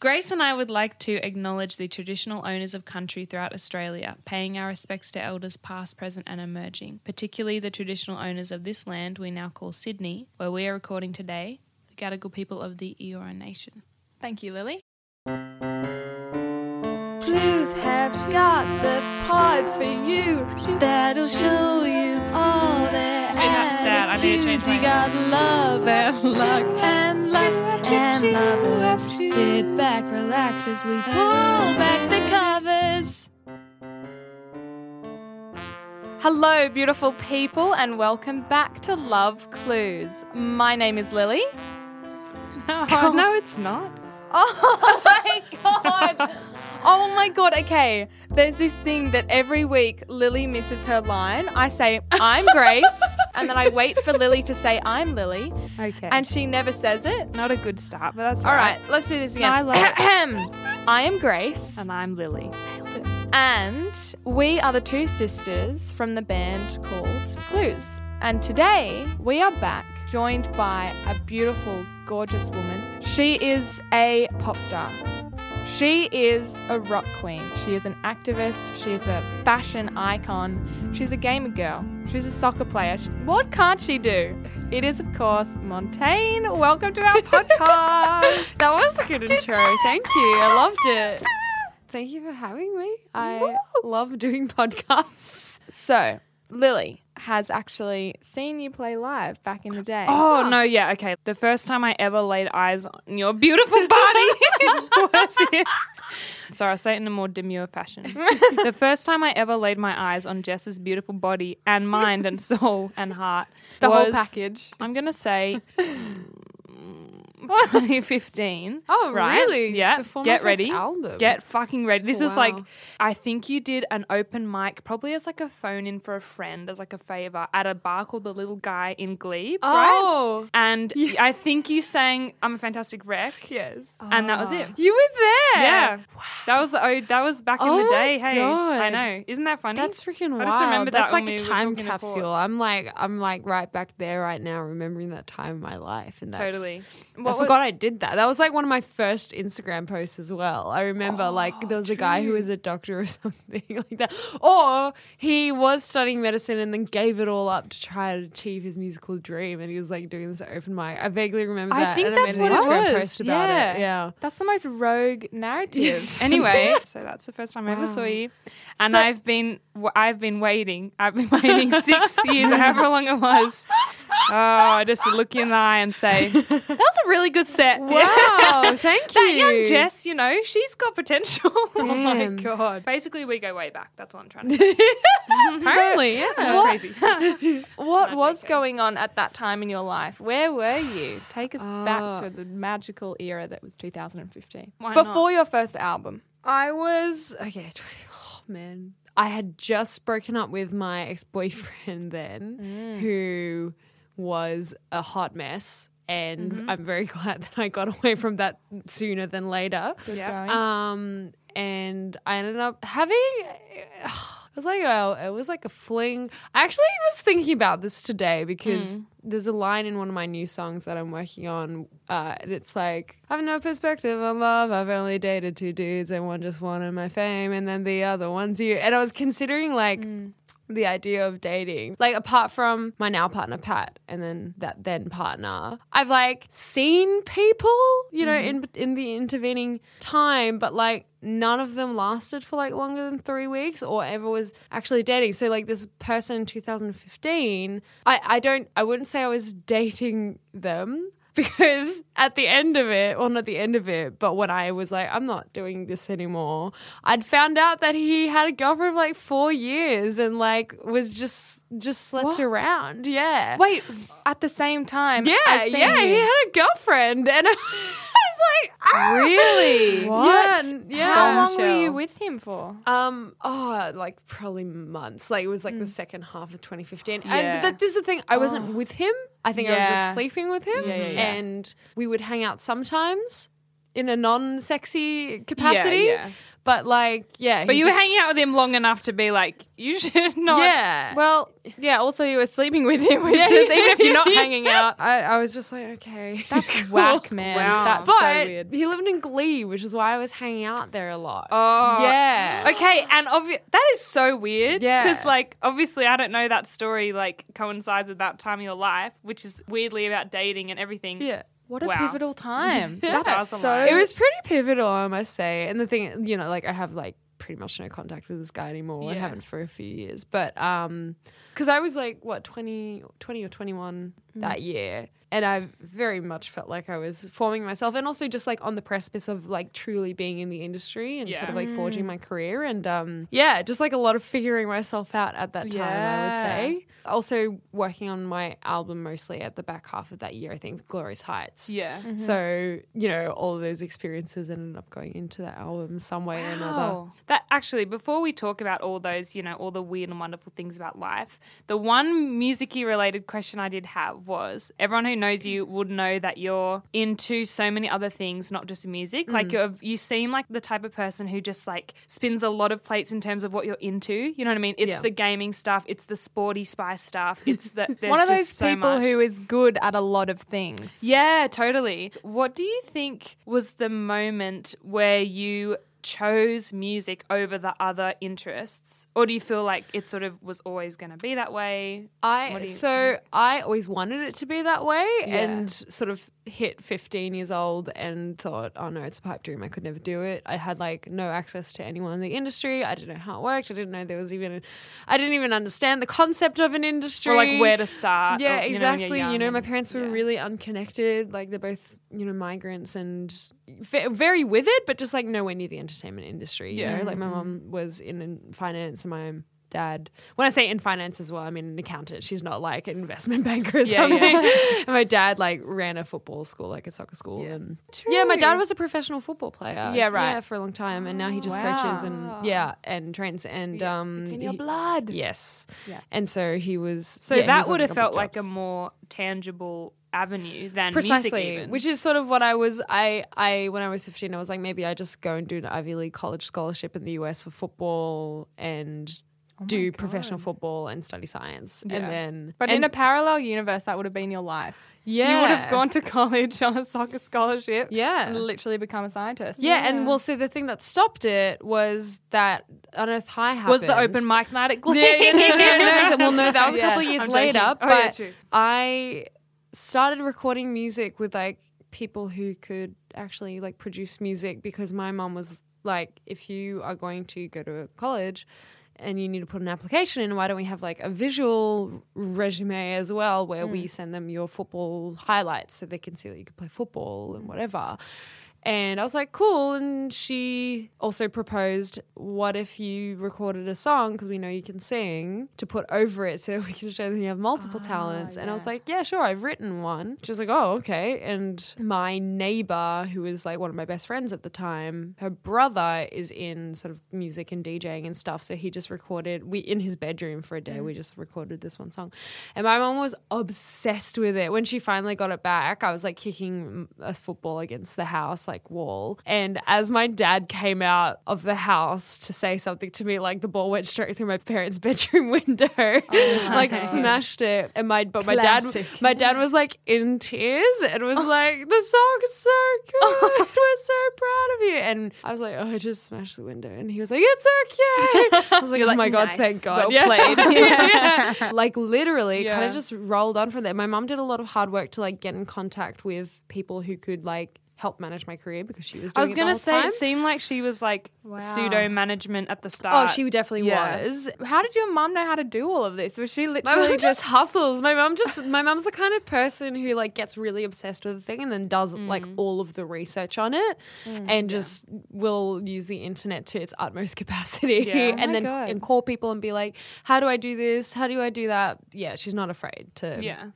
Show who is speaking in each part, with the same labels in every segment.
Speaker 1: Grace and I would like to acknowledge the traditional owners of country throughout Australia, paying our respects to elders past, present, and emerging, particularly the traditional owners of this land we now call Sydney, where we are recording today, the Gadigal people of the Eora Nation. Thank you, Lily.
Speaker 2: Blues have got the pod for you. That'll show you all their
Speaker 1: been that sad. I need to change
Speaker 2: attitudes.
Speaker 1: my-
Speaker 2: You got love and luck and lust and love. Sit back, relax as
Speaker 1: Uh.
Speaker 2: we pull back the covers.
Speaker 3: Hello, beautiful people, and welcome back to Love Clues. My name is Lily.
Speaker 1: No,
Speaker 3: Oh, no,
Speaker 1: it's not.
Speaker 3: Oh my god! Oh my god, okay. There's this thing that every week Lily misses her line. I say, I'm Grace, and then I wait for Lily to say, I'm Lily,
Speaker 4: Okay.
Speaker 3: and she never says it.
Speaker 4: not a good start, but that's
Speaker 3: All right, let's do this again.
Speaker 4: I love it.
Speaker 3: I am Grace.
Speaker 4: And I'm Lily.
Speaker 3: And we are the two sisters from the band called Clues. And today we are back joined by a beautiful, gorgeous woman. She is a pop star. She is a rock queen. She is an activist. She is a fashion icon. She's a gamer girl. She's a soccer player. Sh- What can't she do? It is, of course, Montaigne. Welcome to our podcast.
Speaker 4: That was a good intro. Thank you. I loved it.
Speaker 2: Thank you for having me. I love doing podcasts.
Speaker 3: So, Lily has actually seen you play live back in the day.
Speaker 4: Oh, no, yeah, okay. The first time I ever laid eyes on your beautiful body was here. Sorry, I'll say it in a more demure fashion. the first time I ever laid my eyes on Jess's beautiful body and mind and soul and heart
Speaker 3: the
Speaker 4: was,
Speaker 3: whole package.
Speaker 4: I'm going to say. mm, 2015.
Speaker 2: Oh,
Speaker 4: right?
Speaker 2: really?
Speaker 4: Yeah.
Speaker 2: Before my
Speaker 4: Get
Speaker 2: first
Speaker 4: ready.
Speaker 2: album.
Speaker 4: Get fucking ready. This is
Speaker 2: Wow.
Speaker 4: like I think you did an open mic, probably as like a phone in for a friend, as like a favor, at a bar called the Little Guy in Glebe, right?
Speaker 2: Oh,
Speaker 4: And I think you sang "I'm a Fantastic Wreck,"
Speaker 2: yes.
Speaker 4: and that was it.
Speaker 2: You were there.
Speaker 4: Yeah, that was the oh, that was back in
Speaker 2: Oh
Speaker 4: the
Speaker 2: my
Speaker 4: day. Hey, I
Speaker 2: God.
Speaker 4: know, isn't that funny?
Speaker 2: That's freaking wild.
Speaker 4: I just remembered
Speaker 2: That's
Speaker 4: that
Speaker 2: like
Speaker 4: when
Speaker 2: a
Speaker 4: we were
Speaker 2: time
Speaker 4: talking to Ports.
Speaker 2: capsule. I'm like I'm like right back there right now, remembering that time of my life. And that's,
Speaker 4: totally.
Speaker 2: I forgot I did that. That was like one of my first Instagram posts as well. I
Speaker 4: Oh,
Speaker 2: remember like there was a guy who was a doctor or something like that, or he was studying medicine and then gave it all up to try to achieve his musical dream, and he was like doing this at open mic. I vaguely remember
Speaker 4: I
Speaker 2: that.
Speaker 4: think
Speaker 2: and
Speaker 4: that's
Speaker 2: made
Speaker 4: what
Speaker 2: an
Speaker 4: it
Speaker 2: Instagram
Speaker 4: was.
Speaker 2: Post about
Speaker 4: Yeah.
Speaker 2: it. Yeah.
Speaker 3: That's the most rogue narrative.
Speaker 4: Anyway, so that's the first time I ever saw you, and I've been w- I've been waiting. I've been waiting six years, or however long it was. Oh, just to look you in the eye and say that was a really good set.
Speaker 2: Wow, thank you.
Speaker 4: That young Jess, you know, she's got potential. oh my
Speaker 2: Damn.
Speaker 4: god! Basically, we go way back. That's what I'm trying to say.
Speaker 2: Apparently, yeah.
Speaker 4: I'm crazy.
Speaker 3: what
Speaker 4: Not
Speaker 3: was
Speaker 4: JK.
Speaker 3: going on at that time in your life? Where were you? Take us
Speaker 2: Oh.
Speaker 3: back to the magical era that was 2015.
Speaker 4: Why not?
Speaker 3: Before your first album.
Speaker 2: I was okay. 20, oh man, I had just broken up with my ex boyfriend then, who was a hot mess, and I'm very glad that I got away from that sooner than later.
Speaker 4: Yeah.
Speaker 2: Um, and I ended up having. It was like a, it was like a fling. I actually was thinking about this today because there's a line in one of my new songs that I'm working on, uh, and it's like I've no perspective on love. I've only dated two dudes, and one just wanted my fame, and then the other one's you. And I was considering like. The idea of dating, like apart from my now partner Pat, and then that then partner, I've like seen people, you know, in in the intervening time, but like none of them lasted for like longer than three weeks or ever was actually dating. So like this person in 2015, I, I don't I wouldn't say I was dating them because at the end of it, well not the end of it, but when I was like, I'm not doing this anymore, I'd found out that he had a girlfriend of like four years and like was just just slept around. Yeah.
Speaker 3: Wait, at the same time.
Speaker 2: Yeah,
Speaker 3: as seeing
Speaker 2: yeah, he
Speaker 3: you.
Speaker 2: had a girlfriend, and I was like, ah!
Speaker 4: Really?
Speaker 2: What? Yeah,
Speaker 3: How long were
Speaker 4: Bombshell.
Speaker 3: you with him for?
Speaker 2: Um, oh, like probably months. Like it was like the
Speaker 3: Mm.
Speaker 2: second half of 2015.
Speaker 4: Yeah.
Speaker 2: And th- this is the thing. I wasn't with him. I think I was
Speaker 3: Oh. Yeah.
Speaker 2: just sleeping with him,
Speaker 3: Yeah, yeah, yeah.
Speaker 2: and we would hang out sometimes. in a non-sexy capacity.
Speaker 4: yeah.
Speaker 2: But like, yeah.
Speaker 4: But
Speaker 2: he
Speaker 4: you were
Speaker 2: just-
Speaker 4: hanging out with him long enough to be like, you should not.
Speaker 2: Yeah.
Speaker 3: Well, yeah. Also, you were sleeping with him, which is even if you're not hanging out.
Speaker 2: I, I was just like, okay.
Speaker 3: That's whack, man.
Speaker 4: Wow.
Speaker 3: That's
Speaker 2: but
Speaker 3: so weird.
Speaker 2: he lived in Glee, which is why I was hanging out there a lot.
Speaker 4: Oh.
Speaker 2: yeah.
Speaker 4: Okay, and obvi- that is so weird.
Speaker 2: Yeah.
Speaker 4: Because, like, obviously, I don't know that story, like, coincides with that time of your life, which is weirdly about dating and everything.
Speaker 2: Yeah.
Speaker 3: What a
Speaker 4: Wow.
Speaker 3: pivotal time.
Speaker 4: Yeah.
Speaker 3: That's
Speaker 4: Stars
Speaker 3: so.
Speaker 4: aligned.
Speaker 2: It was pretty pivotal, I must say. And the thing, you know, like I have like pretty much no contact with this guy anymore. I
Speaker 4: Yeah.
Speaker 2: haven't for a few years. But um cuz I was like what 20 20 or 21
Speaker 4: Mm.
Speaker 2: that year. And I very much felt like I was forming myself and also just like on the precipice of like truly being in the industry and sort
Speaker 4: Yeah.
Speaker 2: of like forging my career and um yeah, just like a lot of figuring myself out at that time, I would
Speaker 4: Yeah.
Speaker 2: say. Also working on my album mostly at the back half of that year, I think Glorious Heights.
Speaker 4: Yeah.
Speaker 3: Mm-hmm.
Speaker 2: So, you know, all of those experiences ended up going into that album some way or another.
Speaker 4: Wow. That actually, before we talk about all those, you know, all the weird and wonderful things about life, the one musicy related question I did have was everyone who knows you would know that you're into so many other things, not just music. Like
Speaker 3: Mm.
Speaker 4: you're you seem like the type of person who just like spins a lot of plates in terms of what you're into. You know what I mean? It's
Speaker 2: Yeah.
Speaker 4: the gaming stuff, it's the sporty spice stuff, it's the there's
Speaker 3: One of
Speaker 4: just
Speaker 3: those
Speaker 4: so
Speaker 3: people
Speaker 4: much.
Speaker 3: who is good at a lot of things.
Speaker 4: Yeah, totally. What do you think was the moment where you chose music over the other interests? Or do you feel like it sort of was always going to be that way?
Speaker 2: I
Speaker 4: What do you
Speaker 2: so I always wanted it to be that way and sort of hit 15 years old and thought, oh no, it's a pipe dream. I could never do it. I had like no access to anyone in the industry. I didn't know how it worked. I didn't know there was even, I didn't even understand the concept of an industry.
Speaker 4: Or like where to start?
Speaker 2: Yeah,
Speaker 4: or, you know, when you're
Speaker 2: exactly. You know,
Speaker 4: young
Speaker 2: my
Speaker 4: and-
Speaker 2: parents were
Speaker 4: yeah.
Speaker 2: really unconnected. Like they're both, you know, migrants and ve- very with it, but just like nowhere near the entertainment industry. You
Speaker 4: Yeah. Mm-hmm.
Speaker 2: know, like my mom was in- in finance and my dad. When I say in finance as well, I mean an accountant. She's not like an investment banker or
Speaker 4: Yeah, yeah.
Speaker 2: something. and my dad like ran a football school, like a soccer school. And yeah, my dad was a professional football player.
Speaker 3: Yeah, right.
Speaker 2: for a long time, and now he just coaches and yeah, and trains and um.
Speaker 3: It's in your
Speaker 2: he-
Speaker 3: blood.
Speaker 2: Yes. And so he was.
Speaker 4: So
Speaker 2: yeah, he was
Speaker 4: that
Speaker 2: on
Speaker 4: would have
Speaker 2: couple
Speaker 4: felt like a
Speaker 2: jobs
Speaker 4: more tangible avenue than
Speaker 2: precisely
Speaker 4: music even.
Speaker 2: which is sort of what i was i i when i was 15 i was like maybe i just go and do an ivy league college scholarship in the us for football and
Speaker 3: Oh
Speaker 2: do professional football and study science and then
Speaker 3: But in
Speaker 2: and-
Speaker 3: a parallel universe, that would have been your life.
Speaker 2: yeah
Speaker 3: You would have gone to college on a soccer scholarship.
Speaker 2: Yeah.
Speaker 3: And literally become a scientist.
Speaker 2: yeah, and well, so the thing that stopped it was that Unearth High happened.
Speaker 4: was the open mic night at Glee?
Speaker 2: Yeah, yeah, no, no, no, no. Well, no, that was a
Speaker 4: Yeah,
Speaker 2: couple of years
Speaker 4: I'm joking.
Speaker 2: later.
Speaker 4: Oh,
Speaker 2: but
Speaker 4: yeah, true.
Speaker 2: I started recording music with like people who could actually like produce music because my mom was like, if you are going to go to college and you need to put an application in, why don't we have like a visual resume as well where
Speaker 4: Hmm.
Speaker 2: we send them your football highlights so they can see that you can play football and whatever. And I was like, cool. And she also proposed, what if you recorded a song, because we know you can sing, to put over it so we can show that you have multiple talents. And I was like, yeah, sure, I've written one. She was like, oh, okay. And my neighbor, who was like one of my best friends at the time, her brother is in sort of music and DJing and stuff. So he just recorded, we in his bedroom for a day, we just recorded this one song. And my mom was obsessed with it. When she finally got it back, I was like kicking a football against the house, like wall. And as my dad came out of the house to say something to me, like the ball went straight through my parents' bedroom window, like
Speaker 4: God.
Speaker 2: smashed it. And my but my dad
Speaker 3: Classic.
Speaker 2: my dad was like in tears and
Speaker 4: Oh.
Speaker 2: was like, "The song is so good. We're so proud of you." And I was like, "Oh, I just smashed the window," and he was like, "It's okay." I was like, "Oh my god,
Speaker 4: nice,
Speaker 2: thank God,
Speaker 4: well played.
Speaker 2: yeah. like literally kind
Speaker 4: Yeah.
Speaker 2: of just rolled on from there. My mum did a lot of hard work to like get in contact with people who could like help manage my career because she was
Speaker 4: I
Speaker 2: doing
Speaker 4: was
Speaker 2: going to
Speaker 4: say it seemed like she was like pseudo management at the
Speaker 2: Oh,
Speaker 4: start.
Speaker 2: she definitely
Speaker 4: yeah.
Speaker 2: was.
Speaker 3: How did your mum know how to do all of this? Was she
Speaker 2: My
Speaker 3: literally
Speaker 2: mum
Speaker 3: just
Speaker 2: just hustles. My mum just my mum's the kind of person who like gets really obsessed with a thing and then does like all of the research on it and just will use the internet to its utmost capacity
Speaker 4: Yeah. Oh
Speaker 2: and
Speaker 3: my
Speaker 2: then
Speaker 3: God.
Speaker 2: and call people and be like, "How do I do this? How do I do that?" Yeah, she's not afraid to
Speaker 4: Yeah.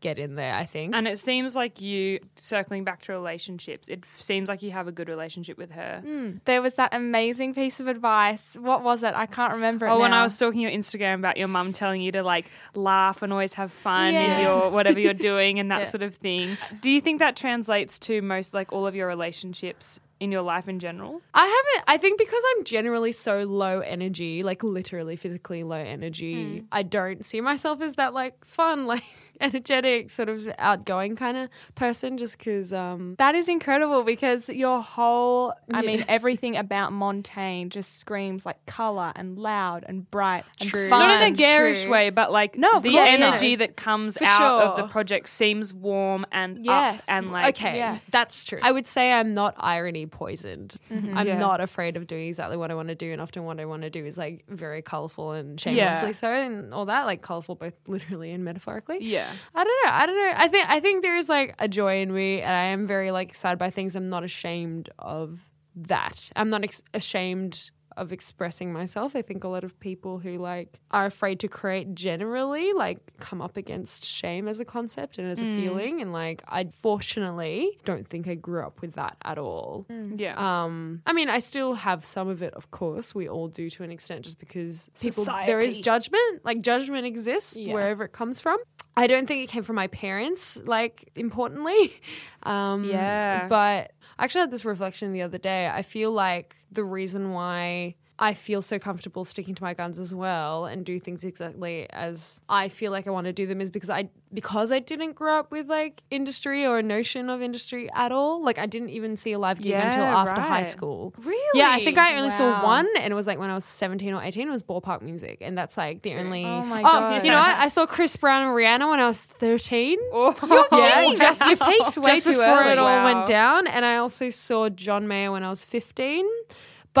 Speaker 2: get in there, I think.
Speaker 4: And it seems like you, circling back to relationships, it seems like you have a good relationship with her.
Speaker 2: Mm.
Speaker 3: There was that amazing piece of advice. What was it? I can't remember it.
Speaker 4: Oh, when I
Speaker 3: now.
Speaker 4: was talking your Instagram about your mum telling you to like laugh and always have fun
Speaker 3: Yes.
Speaker 4: in your whatever you're doing and that sort of thing. Do you think that translates to most like all of your relationships in your life in general?
Speaker 2: I haven't. I think because I'm generally so low energy, like literally physically low energy, I don't see myself as that like fun, like energetic, sort of outgoing kind of person. Just because, um,
Speaker 3: That is incredible because your whole, I
Speaker 2: Yeah.
Speaker 3: mean, everything about Montaigne just screams like color and loud and bright and
Speaker 2: True.
Speaker 3: fun.
Speaker 4: Not in a garish
Speaker 2: true.
Speaker 4: way, but like
Speaker 3: No, of
Speaker 4: the
Speaker 3: course not.
Speaker 4: energy that comes
Speaker 2: For
Speaker 4: out of
Speaker 2: sure.
Speaker 4: the project seems warm and
Speaker 3: Yes.
Speaker 4: up and like
Speaker 2: okay,
Speaker 3: yes.
Speaker 2: that's true. I would say I'm not irony poisoned. I'm
Speaker 4: Yeah.
Speaker 2: not afraid of doing exactly what I want to do, and often what I want to do is like very colorful and shamelessly so, and all that, like colorful both literally and metaphorically.
Speaker 4: yeah.
Speaker 2: I don't know. I don't know. I think I think there is like a joy in me, and I am very like excited by things. I'm not ashamed of that. I'm not ex- ashamed of expressing myself. I think a lot of people who like are afraid to create generally like come up against shame as a concept and as a feeling, and like I fortunately don't think I grew up with that at all.
Speaker 4: Yeah.
Speaker 2: Um, I mean, I still have some of it, of course. We all do to an extent, just because people there is
Speaker 1: Society.
Speaker 2: judgment. Like judgment exists wherever it comes from. I don't think it came from my parents. Like importantly, um,
Speaker 4: Yeah.
Speaker 2: But I actually had this reflection the other day. I feel like the reason why. I feel so comfortable sticking to my guns as well and do things exactly as I feel like I want to do them is because I because I didn't grow up with like industry or a notion of industry at all. Like I didn't even see a live gig until
Speaker 4: Yeah,
Speaker 2: after high
Speaker 4: right.
Speaker 2: school. Really? Yeah, I think I only
Speaker 3: Wow.
Speaker 2: saw one, and it was like when I was seventeen or eighteen. It was ballpark music, and that's like the only.
Speaker 3: Oh
Speaker 2: oh,
Speaker 3: my God.
Speaker 2: you know what? I saw Chris Brown and Rihanna when I was thirteen.
Speaker 4: yeah.
Speaker 2: Oh, Yeah, just you peaked way
Speaker 4: Just
Speaker 2: too
Speaker 4: before
Speaker 2: early.
Speaker 4: it
Speaker 2: it all
Speaker 4: all
Speaker 2: went down, and I also saw John Mayer when I was fifteen.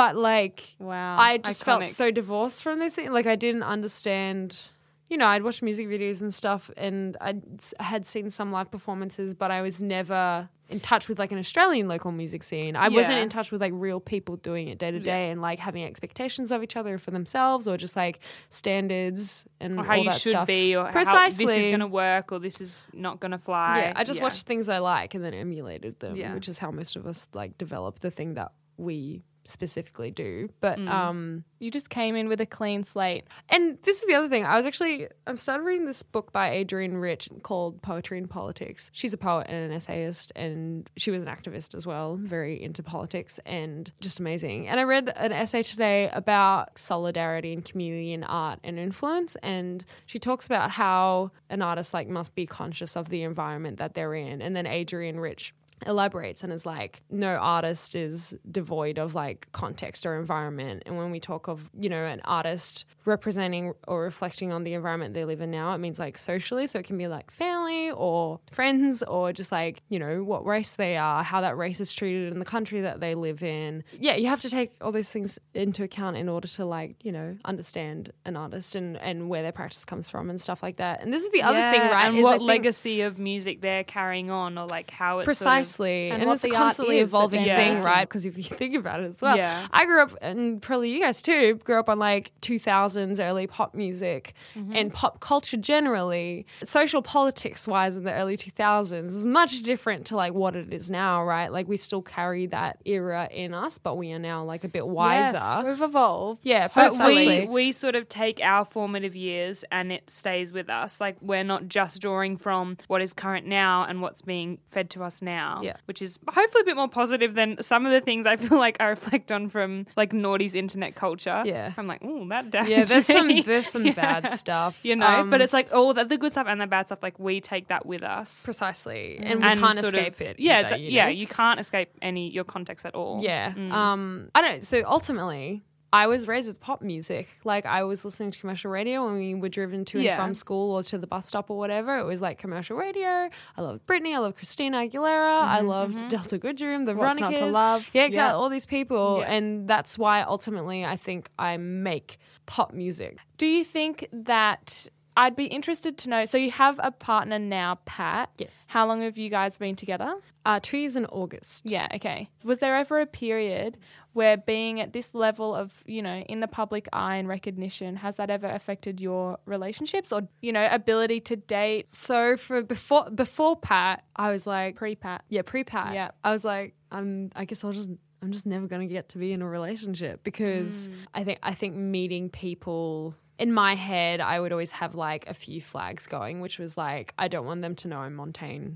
Speaker 2: But like,
Speaker 3: Wow.
Speaker 2: I just felt
Speaker 4: Iconic.
Speaker 2: so divorced from this thing. Like I didn't understand. You know, I'd watched music videos and stuff, and I'd, s- had seen some live performances, but I was never in touch with like an Australian local music scene. I wasn't
Speaker 4: Yeah.
Speaker 2: in touch with like real people doing it day to day and like having expectations of each other for themselves or just like standards and
Speaker 4: Or how
Speaker 2: Mm, all
Speaker 4: you
Speaker 2: that
Speaker 4: should
Speaker 2: stuff.
Speaker 4: be or how this
Speaker 2: Precisely.
Speaker 4: is gonna work or this is not gonna fly.
Speaker 2: Yeah, I just
Speaker 4: Yeah.
Speaker 2: watched things I like and then emulated them,
Speaker 4: Yeah.
Speaker 2: which is how most of us like develop the thing that we specifically do. But
Speaker 4: Mm.
Speaker 2: um
Speaker 3: You just came in with a clean slate.
Speaker 2: and this is the other thing. I was actually I'm started reading this book by Adrienne Rich called Poetry and Politics. She's a poet and an essayist and she was an activist as well, very into politics and just amazing. And I read an essay today about solidarity and community in art and influence and she talks about how an artist like must be conscious of the environment that they're in. And then Adrienne Rich elaborates and is like no artist is devoid of like context or environment and when we talk of you know an artist representing or reflecting on the environment they live in now it means like socially so it can be like family or friends or just like you know what race they are how that race is treated in the country that they live in yeah you have to take all those things into account in order to like you know understand an artist and and where their practice comes from and stuff like that and this is the other thing
Speaker 4: Yeah,
Speaker 2: right
Speaker 4: And
Speaker 2: is I
Speaker 4: what
Speaker 2: think-
Speaker 4: legacy of music they're carrying on, or like how it's
Speaker 2: precisely
Speaker 3: and
Speaker 2: and,
Speaker 3: what
Speaker 2: it's a
Speaker 3: the art
Speaker 2: constantly
Speaker 3: is that
Speaker 2: evolving
Speaker 4: they're
Speaker 2: thing
Speaker 4: making.
Speaker 2: right because if you think about it as well
Speaker 4: Yeah.
Speaker 2: i grew up and probably you guys too grew up on like 2000s early pop music
Speaker 4: Mm-hmm.
Speaker 2: and pop culture generally social politics wise in the early 2000s is much different to like what it is now right like we still carry that era in us but we are now like a bit wiser
Speaker 3: We've evolved.
Speaker 2: yeah
Speaker 4: But
Speaker 2: precisely.
Speaker 4: we we sort of take our formative years and it stays with us. Like we're not just drawing from what is current now and what's being fed to us now.
Speaker 2: Yeah.
Speaker 4: Which is hopefully a bit more positive than some of the things I feel like I reflect on from like naughty's internet culture.
Speaker 2: Yeah.
Speaker 4: I'm like, ooh, that damaged
Speaker 2: yeah there's some
Speaker 4: me."
Speaker 2: there's some bad stuff
Speaker 4: you know,
Speaker 2: Um,
Speaker 4: but it's like all the, the good stuff and the bad stuff. Like we take that with us,
Speaker 2: precisely and we can't
Speaker 4: sort of-
Speaker 2: escape it
Speaker 4: Yeah,
Speaker 2: either,
Speaker 4: it's,
Speaker 2: you
Speaker 4: yeah,
Speaker 2: know?
Speaker 4: you can't escape any your context at all.
Speaker 2: Yeah.
Speaker 3: Mm.
Speaker 2: Um, I don't. So ultimately, I was raised with pop music. Like I was listening to commercial radio when we were driven to
Speaker 4: Yeah.
Speaker 2: and from school or to the bus stop or whatever. It was like commercial radio. I loved Britney. I loved Christina Aguilera. I loved Delta Goodrem. The
Speaker 3: Mm-hmm, What's
Speaker 2: Veronicas.
Speaker 3: not to love?
Speaker 2: Yeah, exactly.
Speaker 3: Yeah.
Speaker 2: All these people, and that's why ultimately I think I make pop music.
Speaker 3: Do you think that I'd be interested to know. So you have a partner now, Pat.
Speaker 2: Yes.
Speaker 3: How long have you guys been together?
Speaker 2: Uh, two years in August.
Speaker 3: Yeah, okay. Was there ever a period where being at this level of, you know, in the public eye and recognition, has that ever affected your relationships or, you know, ability to date
Speaker 2: So for before before Pat, I was like
Speaker 3: pre Pat?
Speaker 2: yeah pre Pat.
Speaker 3: Yeah.
Speaker 2: I was like I'm. I guess I'll just. I'm just never gonna get to be in a relationship because I think I think meeting people. In my head, I would always have like a few flags going, which was like, I don't want them to know I'm Montaigne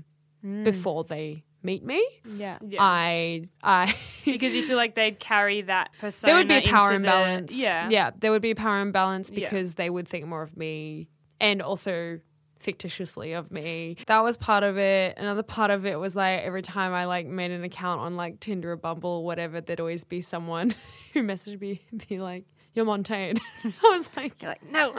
Speaker 2: before they meet me.
Speaker 3: Yeah.
Speaker 4: Yeah.
Speaker 2: I, I,
Speaker 4: because you feel like they'd carry that persona.
Speaker 2: there would be a power
Speaker 4: into
Speaker 2: imbalance.
Speaker 4: The, yeah.
Speaker 2: yeah, there would be a power imbalance
Speaker 4: Yeah.
Speaker 2: because they would think more of me, and also fictitiously of me. That was part of it. Another part of it was like every time I like made an account on like Tinder or Bumble or whatever, there'd always be someone who messaged me be like, "You're Montaigne." I was like,
Speaker 4: Like no.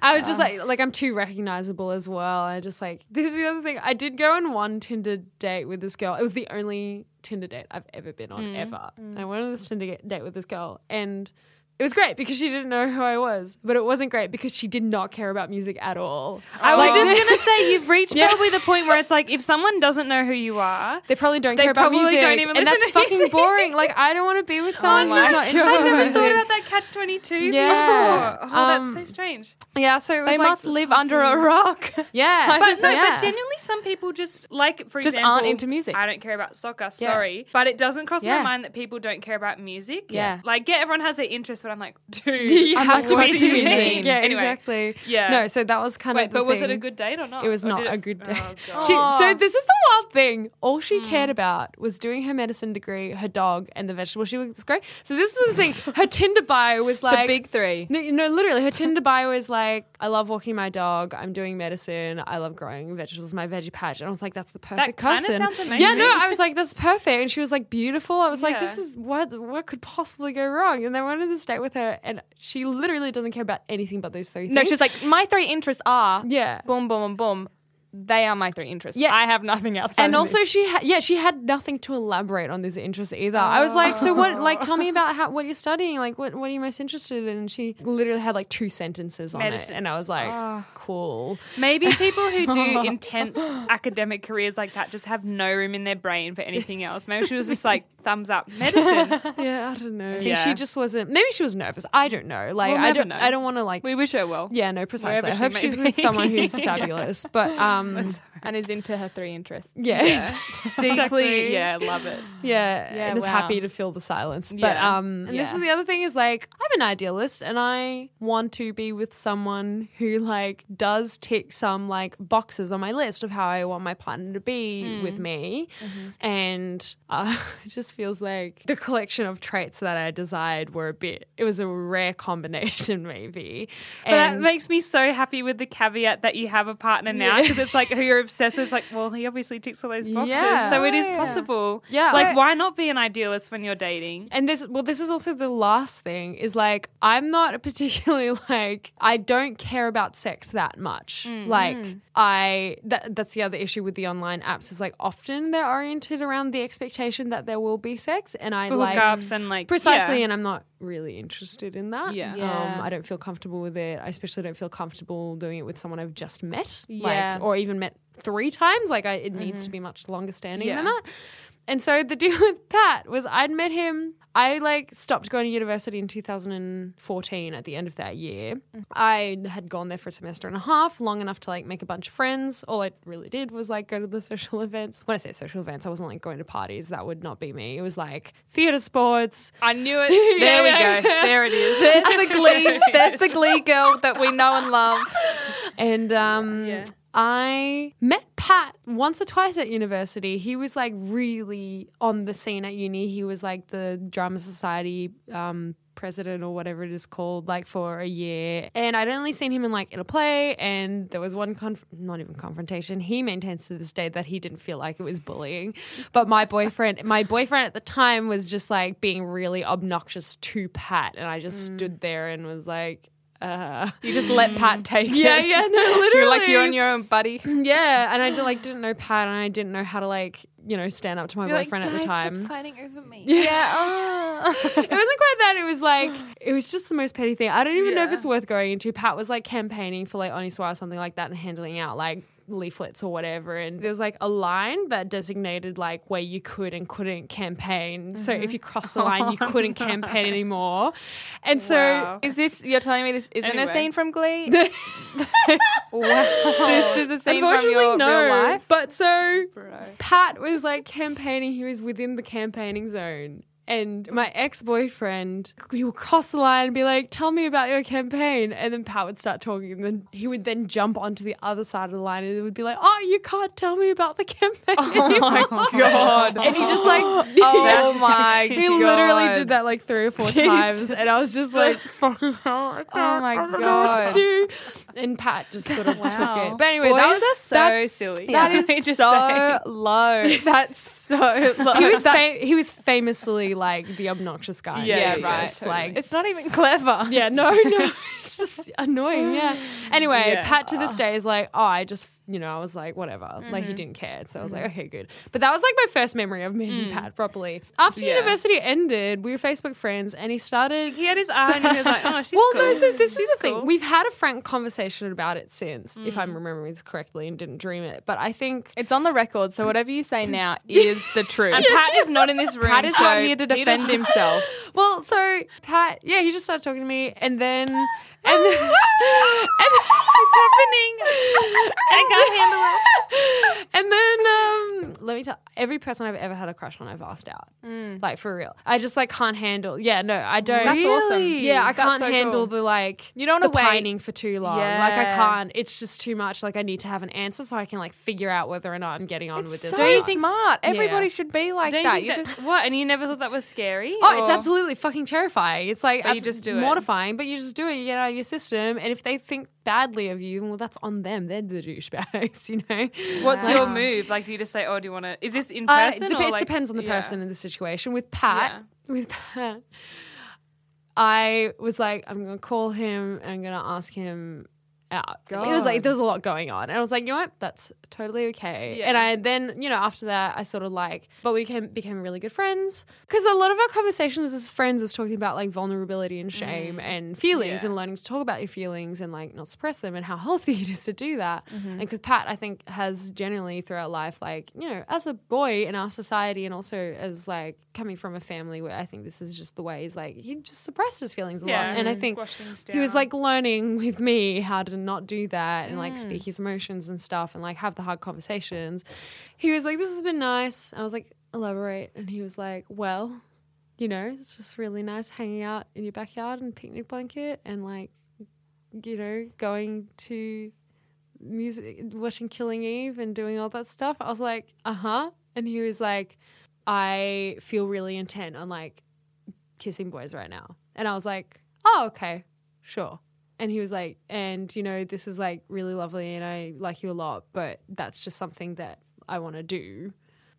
Speaker 2: I was just
Speaker 4: Um,
Speaker 2: like, like I'm too recognizable as well. I just like this is the other thing. I did go on one Tinder date with this girl. It was the only Tinder date I've ever been
Speaker 4: Mm.
Speaker 2: on ever. And I went on this Tinder ga- date with this girl, and it was great because she didn't know who I was, but it wasn't great because she did not care about music at all.
Speaker 4: I was
Speaker 2: Like,
Speaker 4: just
Speaker 2: they-
Speaker 4: gonna say you've reached probably the point where it's like if someone doesn't know who you are,
Speaker 2: They probably don't
Speaker 4: They
Speaker 2: care about
Speaker 4: probably
Speaker 2: music,
Speaker 4: don't even
Speaker 2: and
Speaker 4: listen
Speaker 2: that's
Speaker 4: to
Speaker 2: fucking
Speaker 4: music. Oh
Speaker 2: boring. Like I don't want to be with someone who's not interested
Speaker 4: I
Speaker 2: in
Speaker 4: never
Speaker 2: music.
Speaker 4: thought about that catch twenty two.
Speaker 2: Yeah.
Speaker 4: Before. Oh, that's
Speaker 2: Um,
Speaker 4: so strange.
Speaker 2: yeah, so it was
Speaker 3: They
Speaker 2: like
Speaker 3: must
Speaker 2: this
Speaker 3: live
Speaker 2: whole
Speaker 3: under
Speaker 2: thing.
Speaker 3: a rock.
Speaker 2: Yeah,
Speaker 4: But no,
Speaker 2: yeah.
Speaker 4: but genuinely, some people just like, for
Speaker 3: Just
Speaker 4: example,
Speaker 3: aren't into music.
Speaker 4: I don't care about soccer.
Speaker 2: Yeah.
Speaker 4: Sorry, but it doesn't cross
Speaker 2: Yeah.
Speaker 4: my mind that people don't care about music.
Speaker 2: Yeah.
Speaker 4: like, yeah, everyone has their interests, but I'm like, dude,
Speaker 2: you
Speaker 4: I'm
Speaker 2: have
Speaker 4: like,
Speaker 2: to
Speaker 4: what
Speaker 2: watch
Speaker 4: do you
Speaker 2: music.
Speaker 4: mean?
Speaker 2: Yeah,
Speaker 4: Anyway.
Speaker 2: exactly.
Speaker 4: Yeah.
Speaker 2: No, so that was kind
Speaker 4: Wait,
Speaker 2: of. the
Speaker 4: but was it a
Speaker 2: thing.
Speaker 4: good date or not?
Speaker 2: It was
Speaker 4: Or
Speaker 2: not
Speaker 4: did it-
Speaker 2: a good day.
Speaker 4: Oh, God. Hmm.
Speaker 2: she, so this is the wild thing. All she cared about was doing her medicine degree, her dog, and the vegetable she was growing. So this is the thing. Her Tinder bio was like
Speaker 3: big three.
Speaker 2: No, no, literally, her Tinder bio is like, "I love walking my dog. I'm doing medicine. I love growing vegetables. My veggie patch." And I was like, "That's the perfect
Speaker 4: kinda
Speaker 2: person."
Speaker 4: sounds
Speaker 2: Yeah, no,
Speaker 4: amazing.
Speaker 2: I was like, "That's perfect." And she was like, "Beautiful." I was like, "This
Speaker 4: Yeah.
Speaker 2: is what what could possibly go wrong?" And then I went on this date with her, and she literally doesn't care about anything but those three.
Speaker 3: No,
Speaker 2: things.
Speaker 3: she's like, my three interests are
Speaker 2: "Yeah."
Speaker 3: boom, boom, boom, boom. They are my three interests.
Speaker 2: Yeah.
Speaker 3: I have nothing outside.
Speaker 2: and
Speaker 3: of
Speaker 2: also she had yeah she had nothing to elaborate on this interest either i was like so what like tell me about how, what you're studying like what, what are you most interested in and she literally had like two sentences on
Speaker 4: Medicine. Ah.
Speaker 2: it and i was like cool
Speaker 4: Maybe people who do intense academic careers like that just have no room in their brain for anything else. Maybe she was just like thumbs up medicine.
Speaker 2: yeah i don't know I think
Speaker 4: Yeah.
Speaker 2: she just wasn't maybe she was nervous i don't know like
Speaker 4: We'll
Speaker 2: i
Speaker 4: never
Speaker 2: don't
Speaker 4: know.
Speaker 2: i don't want to like
Speaker 4: We wish her well.
Speaker 2: yeah no precisely i
Speaker 4: Wherever she
Speaker 2: hope
Speaker 4: may
Speaker 2: she's
Speaker 4: be.
Speaker 2: with someone who's fabulous but um
Speaker 3: me. and is into her three interests.
Speaker 2: yeah yeah,
Speaker 4: Deeply, yeah, love it.
Speaker 3: Yeah,
Speaker 2: and is
Speaker 3: wow.
Speaker 2: happy to fill the silence but
Speaker 4: Yeah.
Speaker 2: um and this
Speaker 3: Yeah.
Speaker 2: is the other thing is like i'm an idealist and i want to be with someone who like does tick some like boxes on my list of how i want my partner to be with me Mm-hmm. and uh, it just feels like the collection of traits that i desired were a bit it was a rare combination maybe
Speaker 4: But that
Speaker 2: And-
Speaker 4: makes me so happy with the caveat that you have a partner now
Speaker 2: Yeah.
Speaker 4: because it's like who you're obsessed with. It's like, well, he obviously ticks all those boxes,
Speaker 2: Yeah. Oh,
Speaker 4: so it is
Speaker 2: Yeah.
Speaker 4: possible.
Speaker 2: Yeah.
Speaker 4: like why not be an idealist when you're dating?
Speaker 2: And this, well, this is also the last thing is like, I'm not a particularly like, I don't care about sex that much. Like, I, that, that's the other issue with the online apps is like, often they're oriented around the expectation that there will be sex. And I
Speaker 4: For
Speaker 2: like,
Speaker 4: hookups and like
Speaker 2: precisely.
Speaker 4: yeah.
Speaker 2: And I'm not really interested in that.
Speaker 4: Yeah.
Speaker 2: Um,
Speaker 3: Yeah.
Speaker 2: I don't feel comfortable with it. I especially don't feel comfortable doing it with someone I've just met.
Speaker 3: Yeah.
Speaker 2: Like, or even met three times. Like, I, it needs to be much longer standing
Speaker 4: Mm-hmm. Yeah.
Speaker 2: than that. And so the deal with Pat was I'd met him. I like stopped going to university in 2014 at the end of that year.
Speaker 4: Mm-hmm.
Speaker 2: I had gone there for a semester and a half, long enough to like make a bunch of friends. All I really did was like go to the social events. When I say social events, I wasn't like going to parties. That would not be me. It was like theater sports.
Speaker 3: I knew it.
Speaker 4: There we go. There it is.
Speaker 3: There's the glee. There's the glee girl that we know and love.
Speaker 2: And um, I met Pat once or twice at university. He was like really on the scene at uni. He was like the drama society um, president or whatever it is called, like for a year. And I'd only seen him in like in a play. And there was one conf- not even confrontation. He maintains to this day that he didn't feel like it was bullying, but my boyfriend, my boyfriend at the time was just like being really obnoxious to Pat, and I just stood there and was like. Uh,
Speaker 3: You just let Pat take
Speaker 2: yeah,
Speaker 3: it.
Speaker 2: yeah, no, literally.
Speaker 3: You're like you're on your own, buddy.
Speaker 2: yeah, and I did, like didn't know Pat, and I didn't know how to like you know stand up to my
Speaker 4: You're like,
Speaker 2: boyfriend at
Speaker 4: "Guys,
Speaker 2: the
Speaker 4: stop
Speaker 2: time.
Speaker 4: fighting over me.
Speaker 3: Yeah.
Speaker 2: it wasn't quite that. that it was like it was just the most petty thing. I don't even know if
Speaker 1: Yeah.
Speaker 2: it's worth going into. Pat was like campaigning for like Oniswa or something like that and handling out like leaflets or whatever and there was like a line that designated like where you could and couldn't campaign so
Speaker 3: Mm-hmm.
Speaker 2: if you crossed the line you couldn't campaign anymore and so
Speaker 4: Wow.
Speaker 3: Is this you're telling me this isn't
Speaker 4: Anyway.
Speaker 3: a scene from Glee? This is a scene from
Speaker 2: Unfortunately,
Speaker 3: your
Speaker 2: no.
Speaker 3: real life.
Speaker 2: But so
Speaker 4: Bro.
Speaker 2: Pat was like campaigning. He was within the campaigning zone. And my ex boyfriend, he would cross the line and be like, Tell me about your campaign. And then Pat would start talking. And then he would then jump onto the other side of the line and it would be like, Oh, you can't tell me about the campaign. Oh my God. And he just like, Oh
Speaker 3: That's- my
Speaker 2: He literally
Speaker 3: God.
Speaker 2: did that like three or four times. And I was just like, Fucking hell. I
Speaker 3: Oh
Speaker 2: can't-
Speaker 3: my
Speaker 2: I don't know what
Speaker 3: God.
Speaker 2: to do. And Pat just sort of took it. But anyway,
Speaker 3: Boys
Speaker 2: that was
Speaker 3: are
Speaker 2: that's-
Speaker 4: silly.
Speaker 3: That
Speaker 4: Yeah.
Speaker 3: is
Speaker 4: Let me just
Speaker 3: so
Speaker 4: say.
Speaker 3: low. That's so low.
Speaker 2: he was
Speaker 3: That's-
Speaker 2: fa- he was famously like the obnoxious guy.
Speaker 4: Yeah,
Speaker 3: yeah,
Speaker 2: He
Speaker 3: right.
Speaker 2: was,
Speaker 4: totally.
Speaker 2: Like,
Speaker 3: It's not even clever.
Speaker 2: yeah, no, no, it's just annoying. Yeah. Anyway,
Speaker 4: Yeah.
Speaker 2: Pat to this day is like, oh, I just, you know, I was like, whatever. Like he didn't care, so I was like, okay, good. But that was like my first memory of meeting Pat properly. After
Speaker 4: Yeah.
Speaker 2: university ended, we were Facebook friends, and he started.
Speaker 4: He had his eye and he was like, oh, she's
Speaker 2: well,
Speaker 4: cool.
Speaker 2: no, so this is the
Speaker 4: cool.
Speaker 2: thing. We've had a frank conversation about it since, if I'm remembering this correctly, and didn't dream it. But I think
Speaker 3: It's on the record, so whatever you say now is the truth.
Speaker 4: and Pat is not in this room.
Speaker 3: Pat is
Speaker 4: so
Speaker 3: not here to
Speaker 4: he
Speaker 3: defend
Speaker 4: doesn't-
Speaker 3: himself.
Speaker 2: Well, so Pat, yeah, he just started talking to me, and then and then, and it's happening. I can't handle it. And then um, let me tell every person I've ever had a crush on, I've asked out. Like for real, I just like can't handle. Yeah, no, I don't.
Speaker 3: Mm. That's awesome.
Speaker 2: Yeah, I
Speaker 3: That's
Speaker 2: can't
Speaker 3: so
Speaker 2: handle
Speaker 3: cool.
Speaker 2: the like
Speaker 3: You don't
Speaker 2: the
Speaker 3: wanna wait.
Speaker 2: pining for too long. Like I
Speaker 3: Yeah.
Speaker 2: can't. It's just too much. Like I need to have an answer so I can like figure out whether or not I'm getting on with this.
Speaker 3: so
Speaker 2: or not.
Speaker 3: smart. Everybody
Speaker 2: Yeah.
Speaker 3: should be like
Speaker 4: Don't you
Speaker 3: that.
Speaker 4: think
Speaker 3: You
Speaker 4: that-
Speaker 3: just
Speaker 4: what? And you never thought that was scary?
Speaker 2: Oh, it's
Speaker 4: Or-
Speaker 2: absolutely fucking terrifying. It's like
Speaker 4: But you
Speaker 2: abso-
Speaker 4: just do it.
Speaker 2: mortifying, but you just do it. You get out of your system, and if they think badly of you, well, that's on them. They're the douchebags, you know.
Speaker 4: What's
Speaker 2: Like,
Speaker 4: your move? Like, do you just say, oh, do you want to? Is this in
Speaker 2: uh,
Speaker 4: person?
Speaker 2: it,
Speaker 4: or
Speaker 2: dep- it
Speaker 4: like-
Speaker 2: depends on the
Speaker 4: Yeah.
Speaker 2: person and the situation. With Pat, with Pat, I was like, I'm gonna call him. and I'm gonna ask him out. It was like there was a lot going on, and I was like, you know what? That's totally okay.
Speaker 4: Yeah.
Speaker 2: And I then, you know, after that, I sort of like, but we became became really good friends because a lot of our conversations as friends was talking about like vulnerability and shame
Speaker 4: Mm.
Speaker 2: and feelings
Speaker 4: Yeah.
Speaker 2: and learning to talk about your feelings and like not suppress them and how healthy it is to do that. And
Speaker 4: Mm-hmm.
Speaker 2: because Pat, I think, has generally throughout life, like you know, as a boy in our society and also as like coming from a family where I think this is just the way is like he just suppressed his feelings a
Speaker 4: Yeah,
Speaker 2: lot, and I
Speaker 4: mhm.
Speaker 2: think
Speaker 4: Squash things
Speaker 2: he was
Speaker 4: down.
Speaker 2: like like learning with me how to not do that and like speak his emotions and stuff and like have the hard conversations. He was like, This has been nice. I was like, Elaborate. And he was like, Well, you know, it's just really nice hanging out in your backyard and picnic blanket and like, you know, going to music, watching Killing Eve and doing all that stuff. I was like, Uh huh. And he was like, I feel really intent on like kissing boys right now. And I was like, oh, okay, sure. And he was like, and you know, this is like really lovely and I like you a lot, but that's just something that I want to do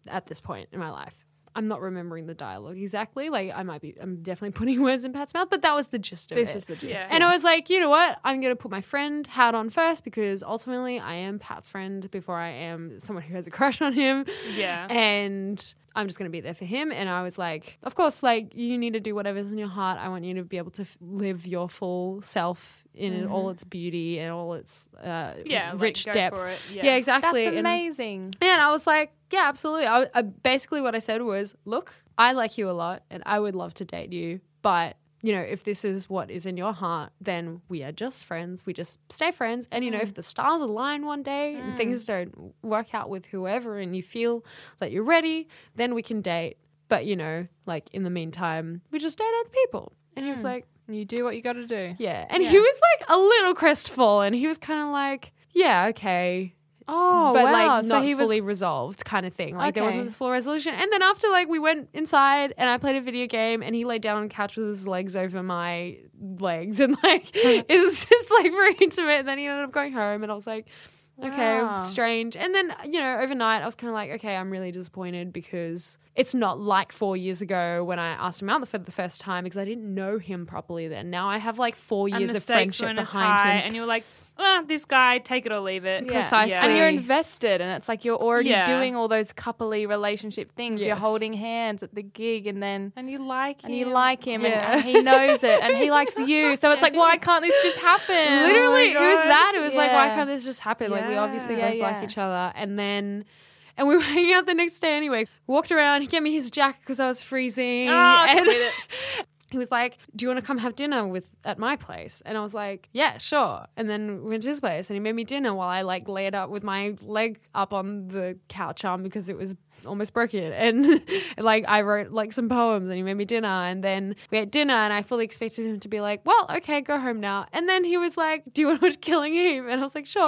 Speaker 2: at this point in my life. I'm not remembering the dialogue exactly. Like, I might be, I'm definitely putting words in Pat's mouth, but that was the gist of it.
Speaker 3: this is the gist.
Speaker 4: Yeah.
Speaker 2: And I was like, you know what? I'm going to put my friend hat on first because ultimately I am Pat's friend before I am someone who has a crush on him.
Speaker 4: Yeah.
Speaker 2: And I'm just going to be there for him. And I was like, of course, like you need to do whatever's in your heart. I want you to be able to f- live your full self in all its beauty and all its uh,
Speaker 4: Mm-hmm. Yeah, like,
Speaker 2: rich
Speaker 4: go
Speaker 2: depth.
Speaker 4: for it.
Speaker 2: Yeah.
Speaker 4: Yeah.
Speaker 2: exactly.
Speaker 3: That's
Speaker 2: And-
Speaker 3: amazing.
Speaker 2: and I was like, yeah, absolutely. I, I, basically, what I said was, look, I like you a lot and I would love to date you, but. You know, if this is what is in your heart, then we are just friends. We just stay friends. And, you know, if the stars align one day and things don't work out with whoever and you feel that you're ready, then we can date. But, you know, like in the meantime, we just date other people. And he was like,
Speaker 3: You do what you got to do.
Speaker 2: yeah. And he was like a little crestfallen. He was kind of like, yeah, okay
Speaker 3: Oh,
Speaker 2: but
Speaker 3: wow.
Speaker 2: like not
Speaker 3: so he was
Speaker 2: fully resolved kind of thing. Like there wasn't
Speaker 3: Okay.
Speaker 2: this full resolution. And then after like we went inside and I played a video game and he laid down on the couch with his legs over my legs and like it was just like very intimate. And then he ended up going home and I was like, okay,
Speaker 3: Wow.
Speaker 2: strange. And then you know overnight I was kind of like, okay, I'm really disappointed because it's not like four years ago when I asked him out for the first time because I didn't know him properly then. Now I have like four
Speaker 4: And
Speaker 2: years
Speaker 4: the
Speaker 2: of
Speaker 4: stakes
Speaker 2: friendship
Speaker 4: weren't as
Speaker 2: behind
Speaker 4: high,
Speaker 2: him.
Speaker 4: and you were like,
Speaker 1: ah, this guy, take it or leave it.
Speaker 2: Yeah.
Speaker 3: Precisely.
Speaker 1: Yeah.
Speaker 3: And you're invested, and it's like you're already
Speaker 1: Yeah.
Speaker 3: doing all those coupley relationship things. You're
Speaker 2: Yes.
Speaker 3: holding hands at the gig, and then
Speaker 1: And you like
Speaker 3: and
Speaker 1: him.
Speaker 3: you like him,
Speaker 2: Yeah.
Speaker 3: and, and he knows it, and he likes you. So it's like, why can't this just happen?
Speaker 2: Literally, it was
Speaker 3: Oh God.
Speaker 2: that. It was like, why
Speaker 3: Yeah.
Speaker 2: can't this just happen? Like, we obviously
Speaker 3: Yeah.
Speaker 2: both
Speaker 3: Yeah, yeah.
Speaker 2: like each other. And then, and we were hanging out the next day anyway. Walked around, he gave me his jacket because I was freezing.
Speaker 3: Ah,
Speaker 2: and
Speaker 3: quit it.
Speaker 2: he was like, do you want to come have dinner with at my place? And I was like, yeah, sure. And then we went to his place and he made me dinner while I like laid up with my leg up on the couch arm because it was almost broken. And like I wrote like some poems and he made me dinner. And then we ate dinner and I fully expected him to be like, well, okay, go home now. And then he was like, do you want to watch Killing Eve? And I was like, sure.